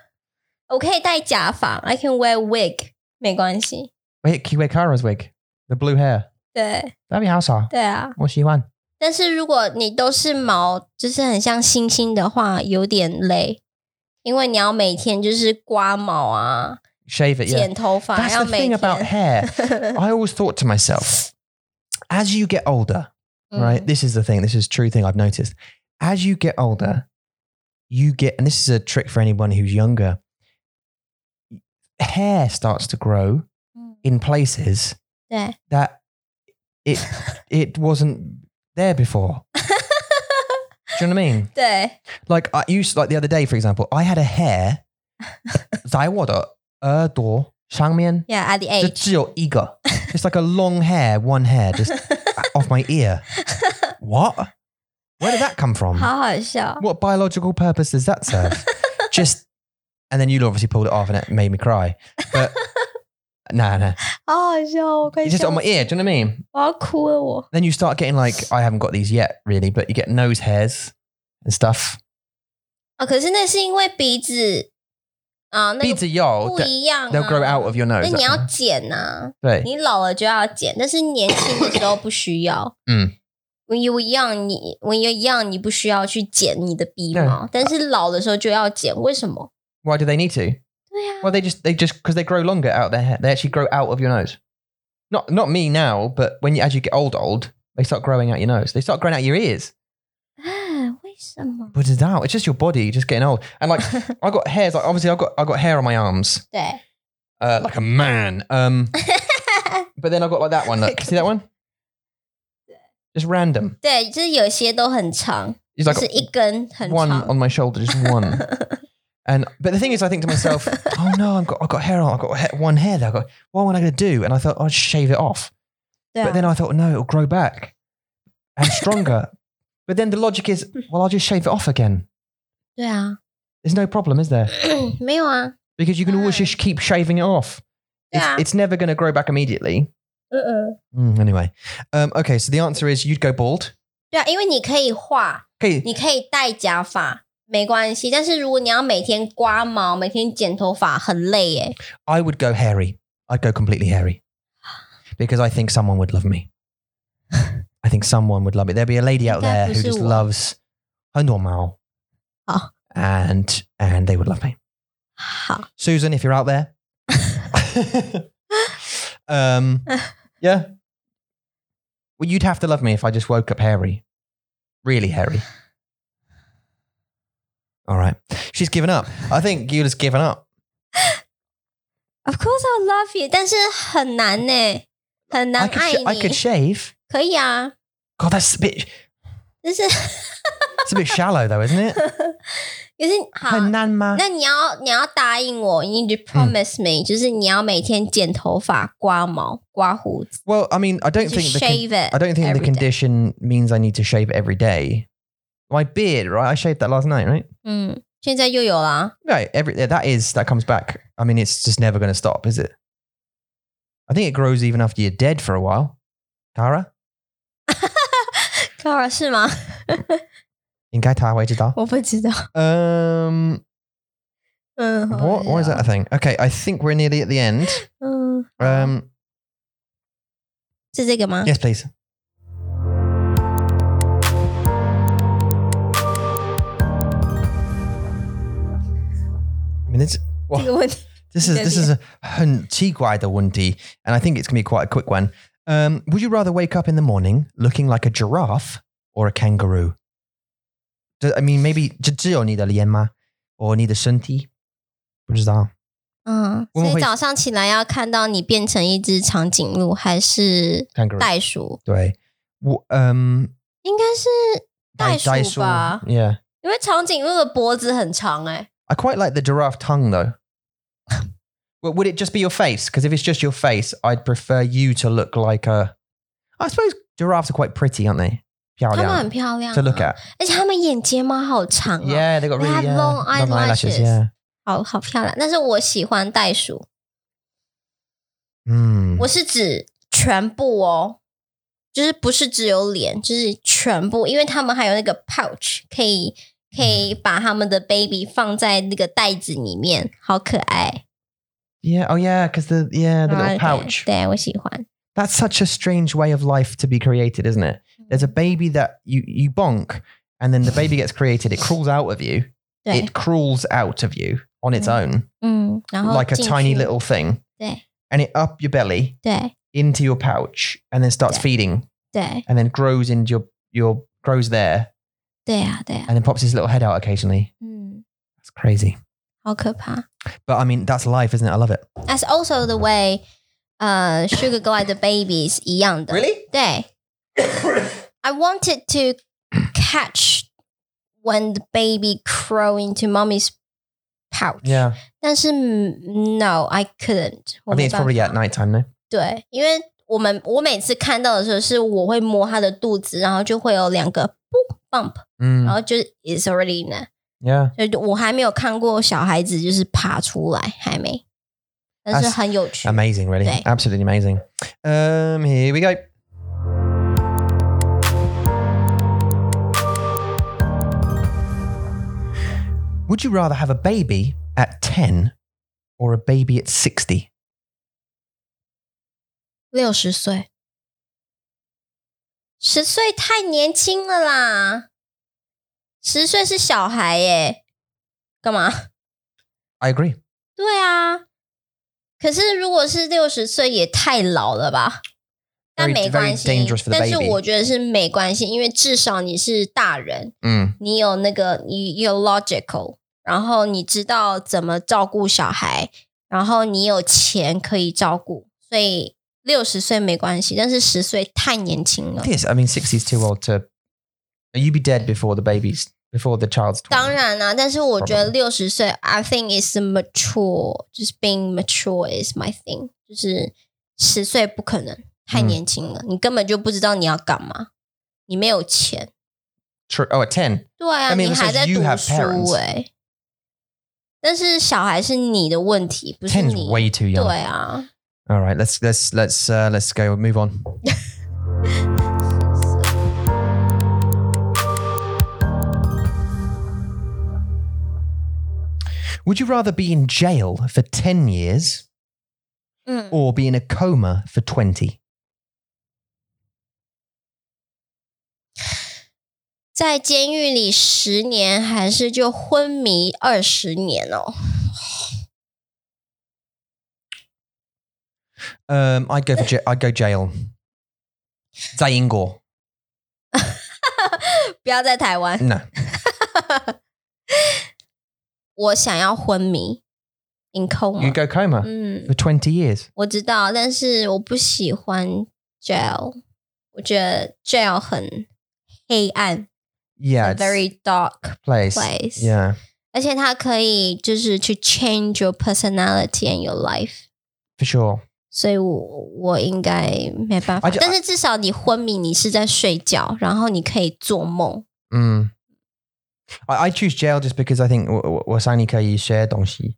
S1: 我可以戴假发，I can wear wig，没关系。
S2: Wait, can you wear Kara's wig, the blue hair.
S1: 对
S2: That'd be how so.
S1: 对啊，
S2: What's she want?
S1: 但是如果你都是毛，就是很像星星的话，有点累，因为你要每天就是刮毛啊，
S2: Shave it, yeah.
S1: 剪头发，
S2: That's
S1: 要
S2: the
S1: 每天。
S2: thing about hair. I always thought to myself, as you get older,
S1: 嗯
S2: right? This is the thing. This is a true thing I've noticed. As you get older, you get, and this is a trick for anyone who's younger. Hair starts to grow
S1: 嗯
S2: in places
S1: 对，
S2: that it it wasn't there before. Do you know what I mean?
S1: 对，
S2: Like I used like the other day, for example, I had a hair. 在我的耳朵上面
S1: yeah, at the age，
S2: 就只有一个 It's like a long hair, one hair, just off my ear. What? Where did that come from?
S1: 好好笑。
S2: What biological purpose does that serve? Just, and then you obviously pulled it off and it made me cry. But nah, nah.
S1: 好好笑哦，我快
S2: It's just
S1: 笑
S2: on my ear. Do you know what I mean?
S1: 我要哭了我。
S2: Then you start getting like, I haven't got these yet, really, but you get nose hairs and stuff.
S1: 啊、可是那是因为鼻子啊、那个
S2: Beads are yo,
S1: 不一样、啊
S2: they'll grow out of your
S1: 那
S2: nose.
S1: 你要剪啊呐、
S2: Right.
S1: 你老了就要剪，但是年轻的时候不需要。
S2: 嗯。
S1: When you were young，你 When you're young，你不需要去剪你的鼻毛，但是老的时候就要剪，为什么？
S2: Why do they need to?
S1: 对呀、
S2: Well, they just, they just, because they grow longer out of their hair. They actually grow out of your nose. Not, not me now, but when you, as you get old, old, they start growing out your nose. They start growing out your ears.
S1: 啊，为什么？
S2: But it's out. It's just your body just getting old. And like, I got hairs. Like obviously, I got I got hair on my arms,
S1: 对，
S2: uh, like a man. Um, but then I got like that one. Look, see that one? Just random.
S1: 对，就是有些都很长，
S2: It's
S1: 就
S2: like
S1: 是一根很
S2: one
S1: 长。
S2: on my shoulder, just one. and but the thing is, I think to myself, oh no, I've got I've got hair on. I've got ha- one hair. That I got. What am I going to do? And I thought I'd shave it off.
S1: 对
S2: But
S1: 啊
S2: then I thought, no, it'll grow back and stronger. but then the logic is, well, I'll just shave it off again.
S1: 对啊，
S2: There's no problem, is there?
S1: 没有啊，
S2: Because you can always
S1: Mm.
S2: just keep shaving it off. It's,
S1: Yeah.
S2: it's never going to grow back immediately.
S1: 嗯嗯，
S2: Mm, anyway, um, okay. So the answer is you'd go bald.
S1: 对啊，因为你可以画，
S2: Okay,
S1: 你可以戴假发，没关系。但是如果你要每天刮毛、每天剪头发，很累耶。
S2: I would go hairy. I'd go completely hairy because I think someone would love me. I think someone would love me. There'd be a lady out there who just
S1: That was a-
S2: loves Mao.
S1: Oh.
S2: and and they would love me.
S1: 好，
S2: Susan, if you're out there, um, yeah. Well, you'd have to love me if I just woke up hairy, really hairy. All right, she's given up. I think Gula's given up.
S1: Of course I love you，但是很难呢，很难
S2: I could,
S1: 爱
S2: sh- I
S1: 你
S2: could。shave.
S1: 可以啊，
S2: God, that's a bit.
S1: 就是
S2: It's a bit shallow though, isn't it?
S1: 可是好，
S2: Hananma.
S1: 那你要你要答应我，you
S2: 嗯
S1: need to promise me，、就是你要每天剪头发、刮毛、刮胡子
S2: Well, I mean, I don't
S1: ，to
S2: think the con-
S1: shave it。
S2: I don't think
S1: every
S2: the
S1: day.
S2: condition means I need to shave it every day. My beard, right? I shaved that last night, right?
S1: 嗯，现在又有啦。
S2: Right, every yeah, that is that comes back. I mean, it's just never going to stop, is it? I think it grows even after you're dead for a while. Tara,
S1: 卡尔是吗？
S2: 应该他会知道。
S1: 我不知道。
S2: Um,
S1: 嗯，好
S2: what, what is that
S1: 好
S2: a thing? Okay, I think we're nearly at the end.
S1: 嗯，
S2: Um,
S1: 是这个吗
S2: yes, please. I mean, this,
S1: 这个问题
S2: This is
S1: Good
S2: this is a 很奇怪的问题, and I think it's gonna be quite a quick one. Um, would you rather wake up in the morning looking like a giraffe or a kangaroo? Do- I mean, maybe 只只有你的脸吗？or 你的身体？不知道。
S1: 嗯，
S2: 我
S1: 所
S2: 们会
S1: 以早上起来要看到你变成一只长颈鹿还是
S2: Kangaroo.
S1: 袋鼠？
S2: 对。我- um,
S1: 应该是
S2: 袋-
S1: 袋鼠
S2: 袋鼠，
S1: 吧。
S2: Yeah.
S1: 因为长颈鹿的脖子很长哎、
S2: I quite like the giraffe tongue though. well, would it just be your face? Because if it's just your face, I'd prefer you to look like a. I suppose giraffes are quite pretty, aren't they? 漂亮
S1: 它们很漂亮、啊
S2: to look at.
S1: 而且它们眼睫毛好长啊
S2: Yeah, they got
S1: They
S2: really
S1: have
S2: yeah,
S1: long eyelashes.
S2: Yeah.
S1: 好好漂亮。但是我喜欢袋鼠，
S2: Hmm.
S1: 我是指全部哦，就是不是只有脸，就是全部，因为它们还有那个 pouch，可以可以
S2: 嗯
S1: 把它们的 baby 放在那个袋子里面，好可爱。
S2: Yeah. Oh, yeah. Because the yeah the
S1: 然后对
S2: little pouch.
S1: 对我喜欢。
S2: That's such a strange way of life to be created, isn't it? There's a
S1: 嗯
S2: baby that you you bonk, and then the baby gets created. It crawls out of you.
S1: 对
S2: It，crawls out of you on its own,
S1: 嗯，然后
S2: like a
S1: 进
S2: tiny
S1: 去
S2: little thing.
S1: Oh, Yeah.
S2: And it up your belly
S1: 对
S2: into your pouch, and then starts
S1: Yeah.
S2: feeding,
S1: 对
S2: and then grows into your your grows there,
S1: 对啊对啊，
S2: and then pops his little head out occasionally.
S1: 嗯，
S2: That's crazy.
S1: 好可怕。
S2: But I mean, that's life, isn't it? I love it.
S1: That's also the way，呃，Sugar Glide 的 Babies 一样的。
S2: Really?
S1: 对，I wanted to catch when the baby crow into mommy's pouch。
S2: Yeah.
S1: 但是嗯 No, I couldn't。
S2: I
S1: 我
S2: think
S1: 没
S2: it's
S1: 办法。
S2: probably at night time now.
S1: 对，因为我们我每次看到的时候，是我会摸它的肚子，然后就会有两个 boop bump，然
S2: Mm,
S1: 后就是 it's already in there。
S2: yeah.
S1: 所以我还没有看过小孩子就是爬出来，还没。但是
S2: That's
S1: 很有趣。
S2: Amazing, really.
S1: Right.
S2: Absolutely amazing. Um, here we go. Would you rather have a baby at 10 or a baby at 60?
S1: 六十岁，十岁太年轻了啦！十岁是小孩耶、干嘛？
S2: I agree.
S1: 对啊，可是如果是六十岁，也太老了吧？但
S2: Very-
S1: 没关系
S2: very dangerous for the，
S1: 但是
S2: baby
S1: 我觉得是没关系，因为至少你是大人，
S2: Mm,
S1: 你有那个你你有 logical，然后你知道怎么照顾小孩，然后你有钱可以照顾，所以六十岁没关系，但是十岁太年轻了。
S2: Yes, I mean, 60 is too old to. You'd be dead before the baby's, before the child's 20.
S1: 当然啦、但是我觉得
S2: Probably.
S1: 六十岁，I think is mature，就是 being mature is my thing，就是十岁不可能太
S2: 嗯
S1: 年轻了，你根本就不知道你要干嘛，你没有钱，
S2: True. Oh, at 10.
S1: 对啊，
S2: I mean,
S1: 你还
S2: because
S1: 在
S2: you
S1: 读
S2: have
S1: 书
S2: parents.
S1: 哎、但是小孩是你的问题，不是
S2: 10 is
S1: 你
S2: way too young.
S1: 对啊。
S2: All right, let's let's let's uh, let's go move on. Would you rather be in jail for 10 years
S1: 嗯，
S2: or be in a coma for 20?
S1: 在监狱里十年，还是就昏迷二十年哦？
S2: Um, I'd go for ja- I'd go jail. 在英国.
S1: 不要在台湾，
S2: No.
S1: 我想要昏迷，in
S2: You
S1: coma。
S2: go coma
S1: 嗯，
S2: for 20 years.
S1: 我知道，但是我不喜欢 jail，我觉得 jail 很黑暗
S2: Yeah.
S1: a
S2: it's
S1: very dark，
S2: place.
S1: place.
S2: Yeah.
S1: 而且它可以就是去 change your personality and your life，
S2: For sure.
S1: 所以我我应该没办法
S2: 而且。啊
S1: 但是至少你昏迷，你是在睡觉，然后你可以做梦。
S2: Mm. I, I choose jail just because I think 我我我想你可以学东西，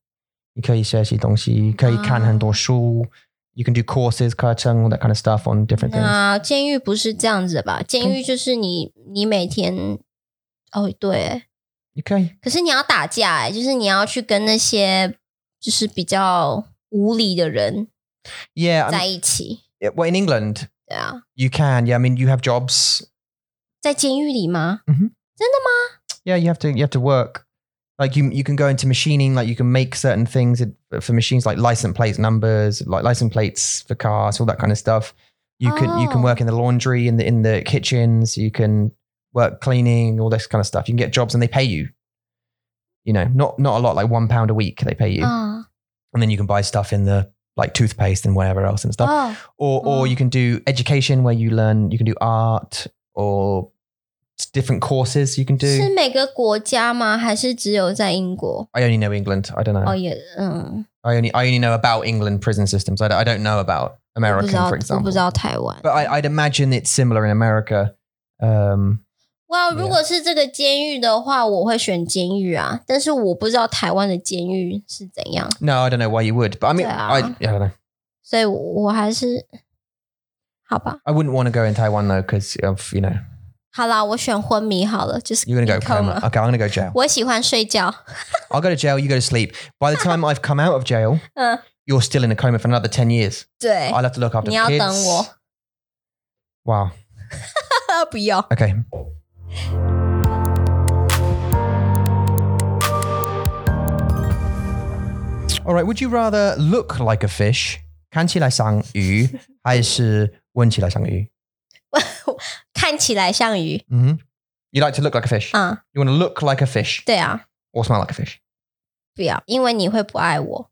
S2: 你可以学习东西，可以看很多书。You can do courses, 课程 all that kind of stuff on different things.
S1: 那监狱不是这样子的吧？监
S2: 嗯
S1: 狱就是你你每天哦对，
S2: You can.
S1: 可是你要打架哎、就是你要去跟那些就是比较无理的人
S2: Yeah. I
S1: 在
S2: mean,
S1: 一起，
S2: yeah, well, in England,
S1: 对啊，
S2: you can. Yeah. I mean, you have jobs.
S1: 在监狱里吗？
S2: Yeah. You have to. You have to work. Like you, you can go into machining. Like you can make certain things for machines, like license plate numbers, like license plates for cars, all that kind of stuff. You can you can
S1: Oh.
S2: work in the laundry, in the in the kitchens. You can work cleaning, all this kind of stuff. You can get jobs, and they pay you. You know, not not a lot, like one pound a week. They pay you.
S1: 啊
S2: and then you can buy stuff in the like toothpaste and whatever else and stuff
S1: 哦
S2: or or
S1: Oh, wow.
S2: you can do education where you learn you can do art or s- different courses you can
S1: 是
S2: do
S1: 每个国家吗？还是只有在英国？
S2: i only know england i don't know
S1: 哦，也嗯，
S2: i only i only know about england prison systems i don't, I don't know about
S1: 我不
S2: american
S1: 知道，
S2: for
S1: 我不
S2: example
S1: 知道台湾。
S2: but I, i'd imagine it's similar in america um
S1: 哇
S2: Yeah.
S1: 如果是这个监狱的话，我会选监狱啊。但是我不知道台湾的监狱是怎样，
S2: no i don't know why you would but i mean
S1: Yeah.
S2: I, I don't know
S1: 所以我我还是好吧。
S2: i wouldn't want to go in taiwan though because of you know
S1: 好啦，我选昏迷好了，就是
S2: you're gonna go coma
S1: coma。
S2: okay i'm gonna go jail
S1: 我喜欢睡觉，
S2: i'll go to jail you go to sleep by the time i've come out of jail
S1: 嗯，
S2: you're still in a coma for another 10 years
S1: 对，
S2: I'll have to look after
S1: 你
S2: the
S1: 要
S2: kids.
S1: 等我，
S2: Wow.
S1: 不要。
S2: Okay. All right. Would you rather look like a fish, 看起来像鱼,还是闻起来像鱼?
S1: 看起来像鱼，
S2: Mm-hmm. You like to look like a fish.
S1: 嗯，
S2: You want to look like a fish
S1: 对啊，
S2: or smell like a fish.
S1: 不要，因为你会不爱我。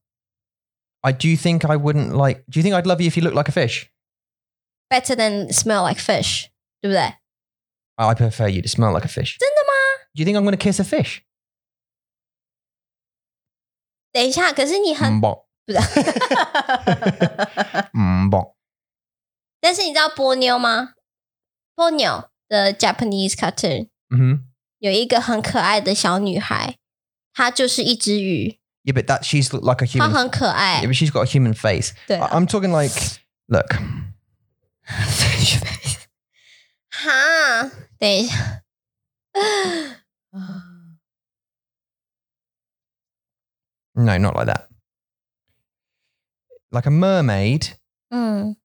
S2: I do think I wouldn't like. Do you think I'd love you if you looked like a fish?
S1: Better than smell like fish，对不对？
S2: I prefer you to smell like a fish. 真的吗？Do you think I'm going to kiss a fish?
S1: 等一下，可是你很、
S2: Mm-bop.
S1: 不是。
S2: Mm-bop.
S1: 但是你知道波妞吗？波妞的 Japanese cartoon
S2: Mm-hmm.
S1: 有一个很可爱的小女孩，她就是一只鱼，
S2: Yeah, but that she's look like a
S1: 她
S2: human.
S1: 很可
S2: Yeah,
S1: 爱。
S2: but she's got a human face.
S1: 对
S2: I-
S1: 啊，
S2: I'm talking like, look,
S1: 哈，等一下，
S2: no, not like that. Like a mermaid,
S1: 嗯，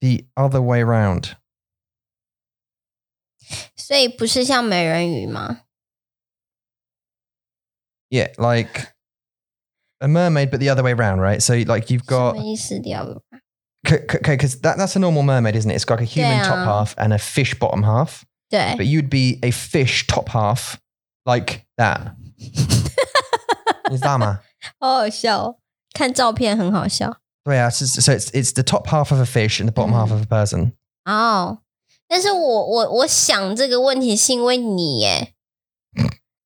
S2: the other way round.
S1: 所以不是像美人鱼吗？
S2: Yeah, like a mermaid, but the other way round, right? So like you've
S1: 什
S2: got
S1: 么意思？掉了？
S2: okay, because that, that's a normal mermaid, isn't it? It's got a human top
S1: Yeah.
S2: half and a fish bottom half,
S1: 对，
S2: but you'd be a fish top half, like that. Is that ma?
S1: 好好笑、哦，看照片很好笑
S2: Yeah, so, so it's it's the top half of a fish and the bottom half of a person.
S1: 哦。但是我我我想这个问题是因为你耶。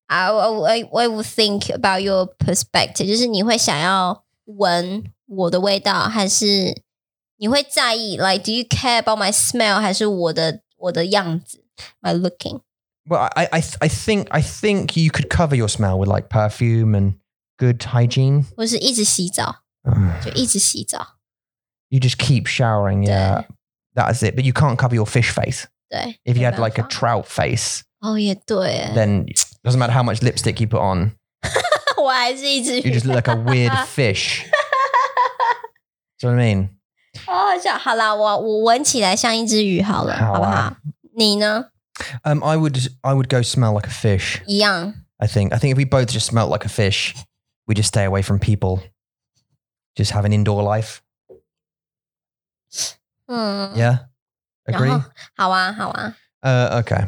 S1: I 啊 I I would think about your perspective，就是你会想要闻我的味道，还是你会在意？Like do you care about my smell，还是我的我的样子？My looking
S2: Well, I, I, I think I think you could cover your smell with like perfume and good hygiene.
S1: 或是一直洗澡，
S2: Ugh.
S1: 就一直洗澡。
S2: You just keep showering, yeah. That's it. But you can't cover your fish face.
S1: 对，
S2: If you
S1: 没
S2: had
S1: 办
S2: like a
S1: 法
S2: trout face,
S1: 哦，也对耶，
S2: then it doesn't matter how much lipstick you put on,
S1: 我还是一只
S2: you
S1: 鱼
S2: just look like a weird fish. Do you know what I mean?
S1: 好好笑。哦好啦，我我闻起来像一只鱼好了，
S2: 好啊
S1: 好不好？你呢？
S2: Um, I would I would go smell like a fish.
S1: 一样
S2: I think I think if we both just smelt like a fish, we just stay away from people. Just have an indoor life.
S1: 嗯
S2: Yeah. Agree.
S1: 然后好啊，好啊，
S2: Uh, okay.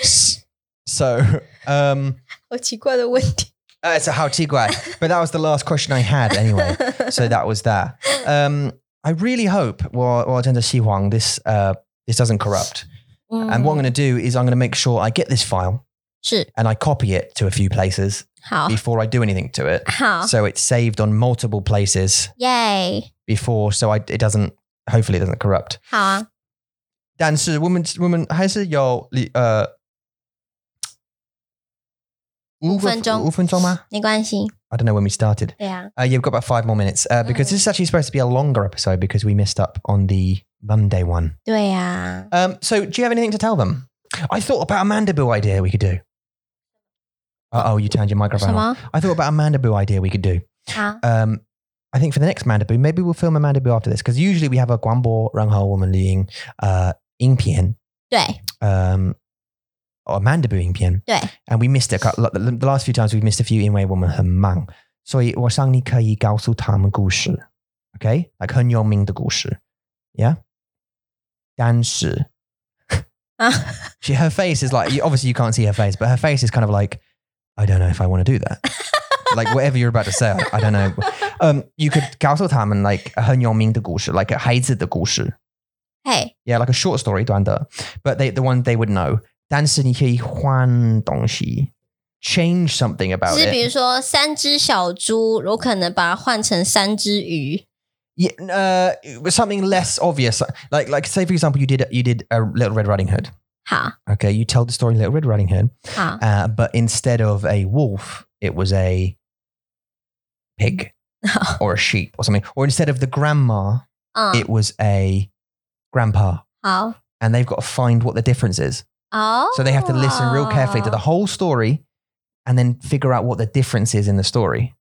S2: S- So, um,
S1: 好奇怪的问 题。
S2: uh, so how Tigua, but that was the last question I had anyway. So that was that. Um, I really hope, well, well, Agenda Xi Huang, this, uh, this doesn't corrupt.
S1: 嗯
S2: And what I'm going to do is I'm going to make sure I get this file
S1: 是
S2: and I copy it to a few places
S1: 好
S2: before I do anything to it.
S1: 好
S2: So it's saved on multiple places
S1: 耶，
S2: before, so I, it doesn't, hopefully it doesn't corrupt.
S1: 好啊，
S2: 但是我们我们还是有理呃五
S1: 分钟
S2: 五分钟吗？
S1: 没关系。
S2: I don't know when we started.
S1: 对啊，
S2: Uh, yeah, we've got about five more minutes uh, because
S1: Mm.
S2: this is actually supposed to be a longer episode because we missed up on the Monday one.
S1: 对啊，
S2: Um, so, do you have anything to tell them? I thought about a Mandaboo idea we could do. Uh oh, you turned your microphone
S1: 什
S2: off.
S1: 么？
S2: I thought about a Mandaboo idea we could do.
S1: 好，
S2: Um, I think for the next Mandaboo, maybe we'll film a Mandaboo after this because usually we have a Guanbo Ranghao woman leading uh, Yingpian,
S1: 对
S2: um, or Mandaboo Yingpian.
S1: 对
S2: And we missed it. The the last few times we've missed a few Yingwei woman Hen Mang. So Okay? Like Hen Yong Ming the Gushi. Yeah? 但是
S1: 啊，
S2: she her face is like you- obviously you can't see her face, but her face is kind of like I don't know if I want to do that. like whatever you're about to say, I, I don't know. Um, you could 告诉他们 like 很有名的故事, like 孩子的故事.
S1: 嘿，
S2: Yeah, like a short story 短的, but they the one they would know. 但是你可以换东西, change something
S1: 就
S2: about
S1: 是比
S2: it.
S1: 如说三只小猪，有可能把它换成三只鱼。
S2: Yeah, uh, something less obvious, like like say for example, you did you did a Little Red Riding Hood.
S1: 好
S2: Okay, you tell the story in Little Red Riding Hood,
S1: 好
S2: Uh, but instead of a wolf, it was a pig or a sheep or something. Or instead of the grandma,
S1: 嗯，
S2: it was a grandpa.
S1: 好
S2: And they've got to find what the difference is.
S1: 哦。
S2: So they have to listen real carefully to the whole story and then figure out what the difference is in the story.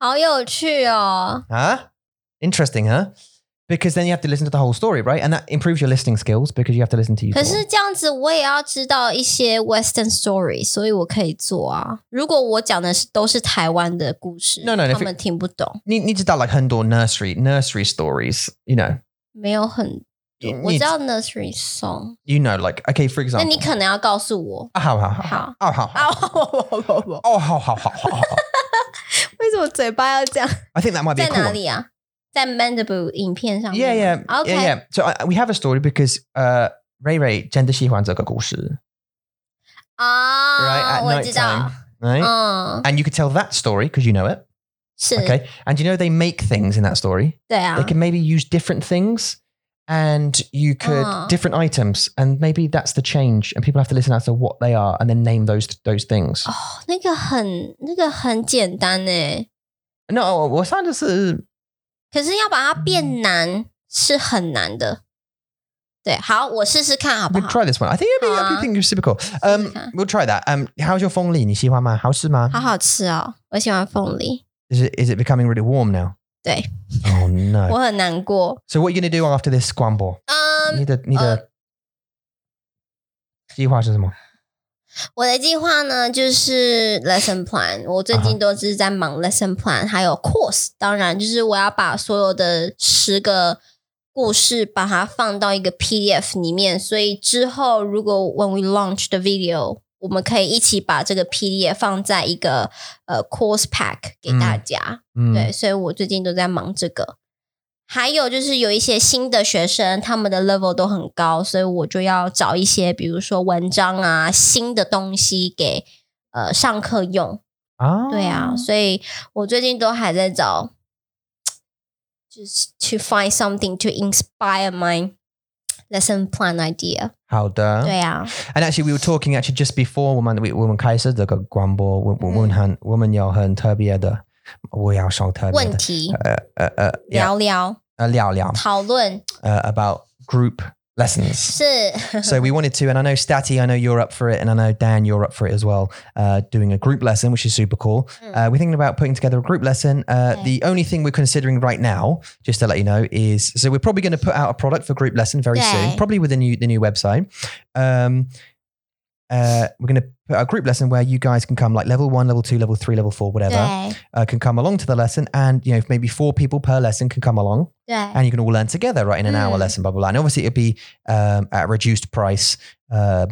S1: Oh，好有趣哦。
S2: Huh? Interesting, huh? Because then you have to listen to the whole story, right? And that improves your listening skills because you have to listen to you.
S1: 可是这样子，我也要知道一些 Western story，所以我可以做啊。如果我讲的是都是台湾的故事，
S2: No, no, no,
S1: 他们听不懂，
S2: need, need to that like Hundor nursery, nursery stories, you know.
S1: 没有很。
S2: You
S1: 我知
S2: need-
S1: 道 nursery song，
S2: you know, like, okay, for
S1: 那
S2: example. Oh,
S1: 你可能要告诉我好
S2: 啊，好好好，哦，好好，
S1: 啊！ 我我我我，
S2: oh, 哦，好好好好好。
S1: 为什么嘴巴要这 样？
S2: I think that might be
S1: 在
S2: a cool
S1: 哪
S2: one.
S1: 里啊？在 Mandible 影片上
S2: Yeah,
S1: 面
S2: yeah,
S1: 吗
S2: yeah,
S1: OK
S2: yeah. So I, we have a story because uh, Ray Ray 真的喜欢这个故事，right
S1: 啊，
S2: at
S1: Ah, 我
S2: night
S1: 知道
S2: time,，right?
S1: 嗯，
S2: and you could tell that story because you know it,
S1: 是
S2: okay? And you know they make things in that story.
S1: 对啊
S2: They can maybe use different things, and you could
S1: Ah.
S2: different items, and maybe that's the change. And people have to listen out to what they are, and then name those those things.
S1: 哦，那个很那个很简单欸诶，
S2: No, 我上次是
S1: 可是要把它变难是很难的。对，好，我试试看好不
S2: We
S1: 好？
S2: try this one. I think it'd be, I
S1: Huh?
S2: think it's Ah. super cool. Um,
S1: Okay.
S2: we'll try that. Um, how's your Fong Li? 你喜欢吗？好吃吗？
S1: 好好吃哦，我喜欢凤梨，
S2: Is it is it becoming really warm now?
S1: 对。
S2: Oh no.
S1: 我很难过。
S2: So what are you gonna do after this squamble? Um,
S1: 嗯，
S2: 你的你的、计划是什么？
S1: 我的计划呢就是 lesson plan，我最近都是在忙 lesson plan，还有 course，当然就是我要把所有的十个故事把它放到一个 PDF 里面，所以之后如果 when we launch the video，我们可以一起把这个 PDF 放在一个呃 course pack 给大家。
S2: 嗯，
S1: 对，所以我最近都在忙这个。还有就是有一些新的学生，他们的 level 都很高，所以我就要找一些，比如说文章啊，新的东西给呃上课用。
S2: 啊，
S1: 对啊，所以我最近都还在找，就是 to find something to inspire my lesson plan idea。
S2: 好的。
S1: 对啊，
S2: And actually, we were talking actually just before 我们我们开始这个广播，我我们很、嗯、我们有很特别的，我要说特别的，
S1: 问题聊聊
S2: 呃呃呃，聊聊呃、uh,
S1: 讨论
S2: about group lessons。
S1: 是
S2: So we wanted to, and I know Statty, I know you're up for it, and I know Dan, you're up for it as well. Uh, doing a group lesson, which is super cool. Uh, we're thinking about putting together a group lesson. Uh,
S1: Okay.
S2: The only thing we're considering right now, just to let you know, is so we're probably going to put out a product for group lesson very soon,
S1: Yay.
S2: probably with the new the new website. Um, uh, we're going to put out a group lesson where you guys can come, like level one, level two, level three, level four,
S1: 对
S2: whatever, uh, can come along to the lesson, and you know maybe four people per lesson can come along
S1: 对
S2: and you can all learn together, right? In an hour
S1: Mm.
S2: lesson, blah blah blah. And obviously, it'd be um, at a reduced price. Uh,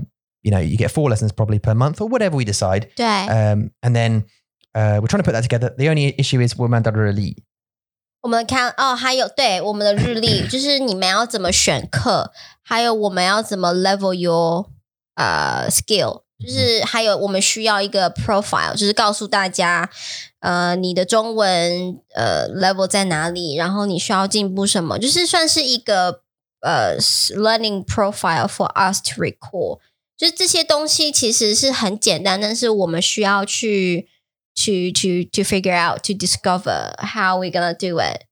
S2: you know, you get four lessons probably per month or whatever we decide.
S1: 对，
S2: Um, and then uh, we're trying to put that together. The only issue is we're mandatory elite.
S1: 我们看哦，还有对我们的日历，就是你们要怎么选课，还有我们要怎么 level your 呃 skill，就是还有我们需要一个 profile，就是告诉大家呃你的中文呃 level 在哪里，然后你需要进步什么，就是算是一个呃 learning profile for us to recall。就是这些东西其实是很简单，但是我们需要去去去 to figure out to discover how we gonna do it。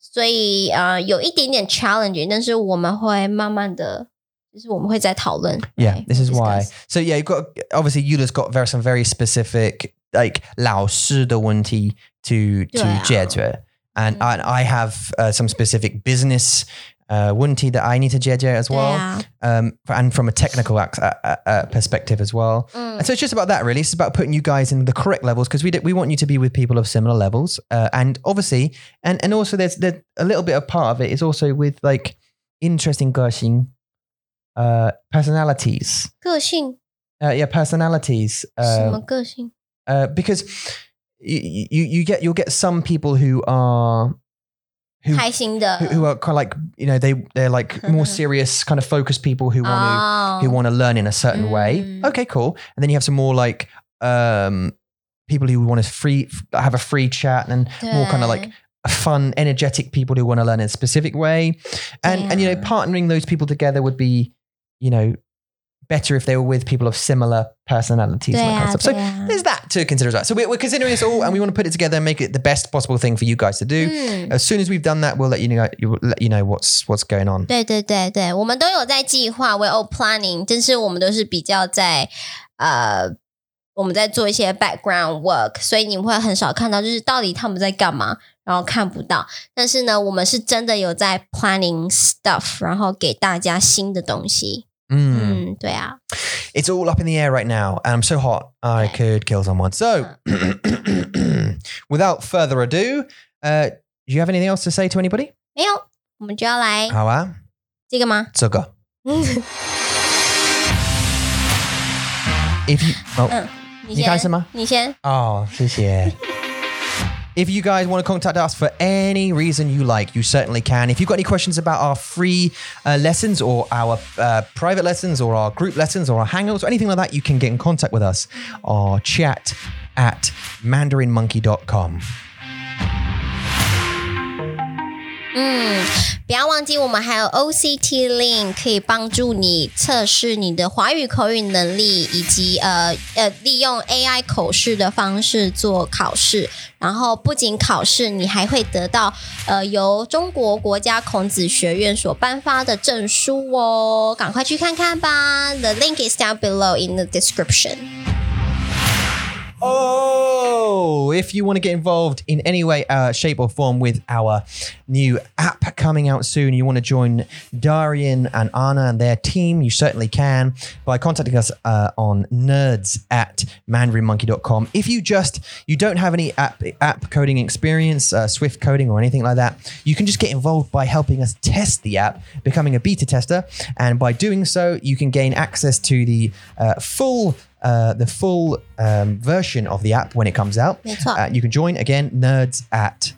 S1: 所以呃，有一点点 challenging，但是我们会慢慢的，就是我们会再讨论。
S2: Yeah,
S1: right?
S2: this is why.
S1: Discuss.
S2: So yeah, you've got obviously Eula's got very some very specific like Lao Shi the one to to
S1: Yeah. Mm.
S2: jia to it. And I, I have uh, some specific business uh, one tea that I need to jia jia as
S1: 对
S2: well,
S1: 啊，
S2: um, and from a technical ac- uh, uh, uh, perspective as well.
S1: 嗯
S2: And so it's just about that, really. It's about putting you guys in the correct levels because we d- we want you to be with people of similar levels, uh, and obviously, and and also there's there's a little bit of part of it is also with like interesting gushing, uh, personalities,
S1: 个性
S2: uh, yeah, personalities,
S1: 什么
S2: uh,
S1: 个性？
S2: uh, because you, you you get you'll get some people who are who.
S1: 开心的，
S2: who- Who are kind of like you know they they're like more serious kind of focused people who want to
S1: 哦
S2: who want to learn in a certain way.
S1: Oh. Mm.
S2: Okay, cool. And then you have some more like um, people who want to free have a free chat and more kind of like
S1: 对
S2: fun, energetic people who want to learn in a specific way. And and you know,
S1: Yeah.
S2: partnering those people together would be, you know, better if they were with people of similar personalities.
S1: 对
S2: and that kind
S1: 啊，
S2: of stuff. So
S1: 对啊，
S2: there's that to consider as well. So we're, we're considering this all, and we want to put it together and make it the best possible thing for you guys to do.
S1: 嗯，
S2: As soon as we've done that, we'll let you know. You'll let you know what's what's going on.
S1: 对对对对，我们都有在计划，we all planning，但是我们都是比较在呃，我们在做一些 background work，所以你会很少看到就是到底他们在干嘛，然后看不到。但是呢，我们是真的有在 planning stuff，然后给大家新的东西。
S2: Mm.
S1: 嗯，对啊，
S2: It's all up in the air right now, and I'm so hot I
S1: Okay.
S2: could kill someone. So, without further ado, uh, do you have anything else to say to anybody? ah?
S1: 没有，我们就要来
S2: Hawa,
S1: 这个吗？
S2: Tsuga. If you, oh,
S1: 你
S2: 你开始
S1: 先，
S2: 吗？
S1: 你先，
S2: oh, 谢谢. If you guys want to contact us for any reason you like, you certainly can. If you've got any questions about our free uh, lessons or our uh, private lessons or our group lessons or our hangouts or anything like that, you can get in contact with us or chat at mandarinmonkey.com.
S1: 嗯，不要忘记，我们还有 OCT Link 可以帮助你测试你的华语口语能力，以及呃呃利用 AI 口试的方式做考试。然后不仅考试，你还会得到呃由中国国家孔子学院所颁发的证书哦。赶快去看看吧，The link is down below in the description。
S2: Oh, if you want to get involved in any way, uh, shape, or form with our new app coming out soon, you want to join Darian and Anna and their team, you certainly can by contacting us uh, on nerds at mandarinmonkey.com. If you just you don't have any app app coding experience, uh, Swift coding or anything like that, you can just get involved by helping us test the app, becoming a beta tester, and by doing so, you can gain access to the uh, full uh, the full um, version of the app when it comes out.
S1: That's right.
S2: Uh, you can join again, nerds at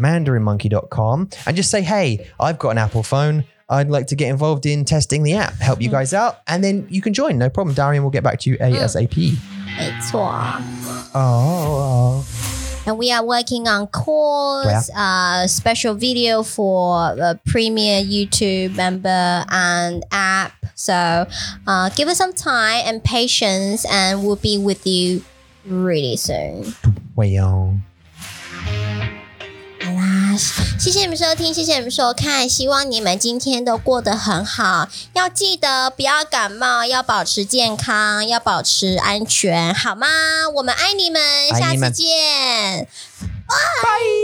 S2: mandarinmonkey.com, and just say, hey, I've got an Apple phone. I'd like to get involved in testing the app, help you guys out, and then you can join. No problem. Darian will get back to you ASAP.
S1: 没错。
S2: Oh,
S1: And we are working on course, uh, special video for the Premier YouTube member and app. So uh, give us some time and patience, and we'll be with you really soon.
S2: way on.
S1: 好啦，谢谢你们收听，谢谢你们收看，希望你们今天都过得很好。要记得不要感冒，要保持健康，要保持安全，好吗？我们爱你们，
S2: 爱
S1: 下
S2: 你
S1: 次
S2: 们
S1: 见。
S2: Bye.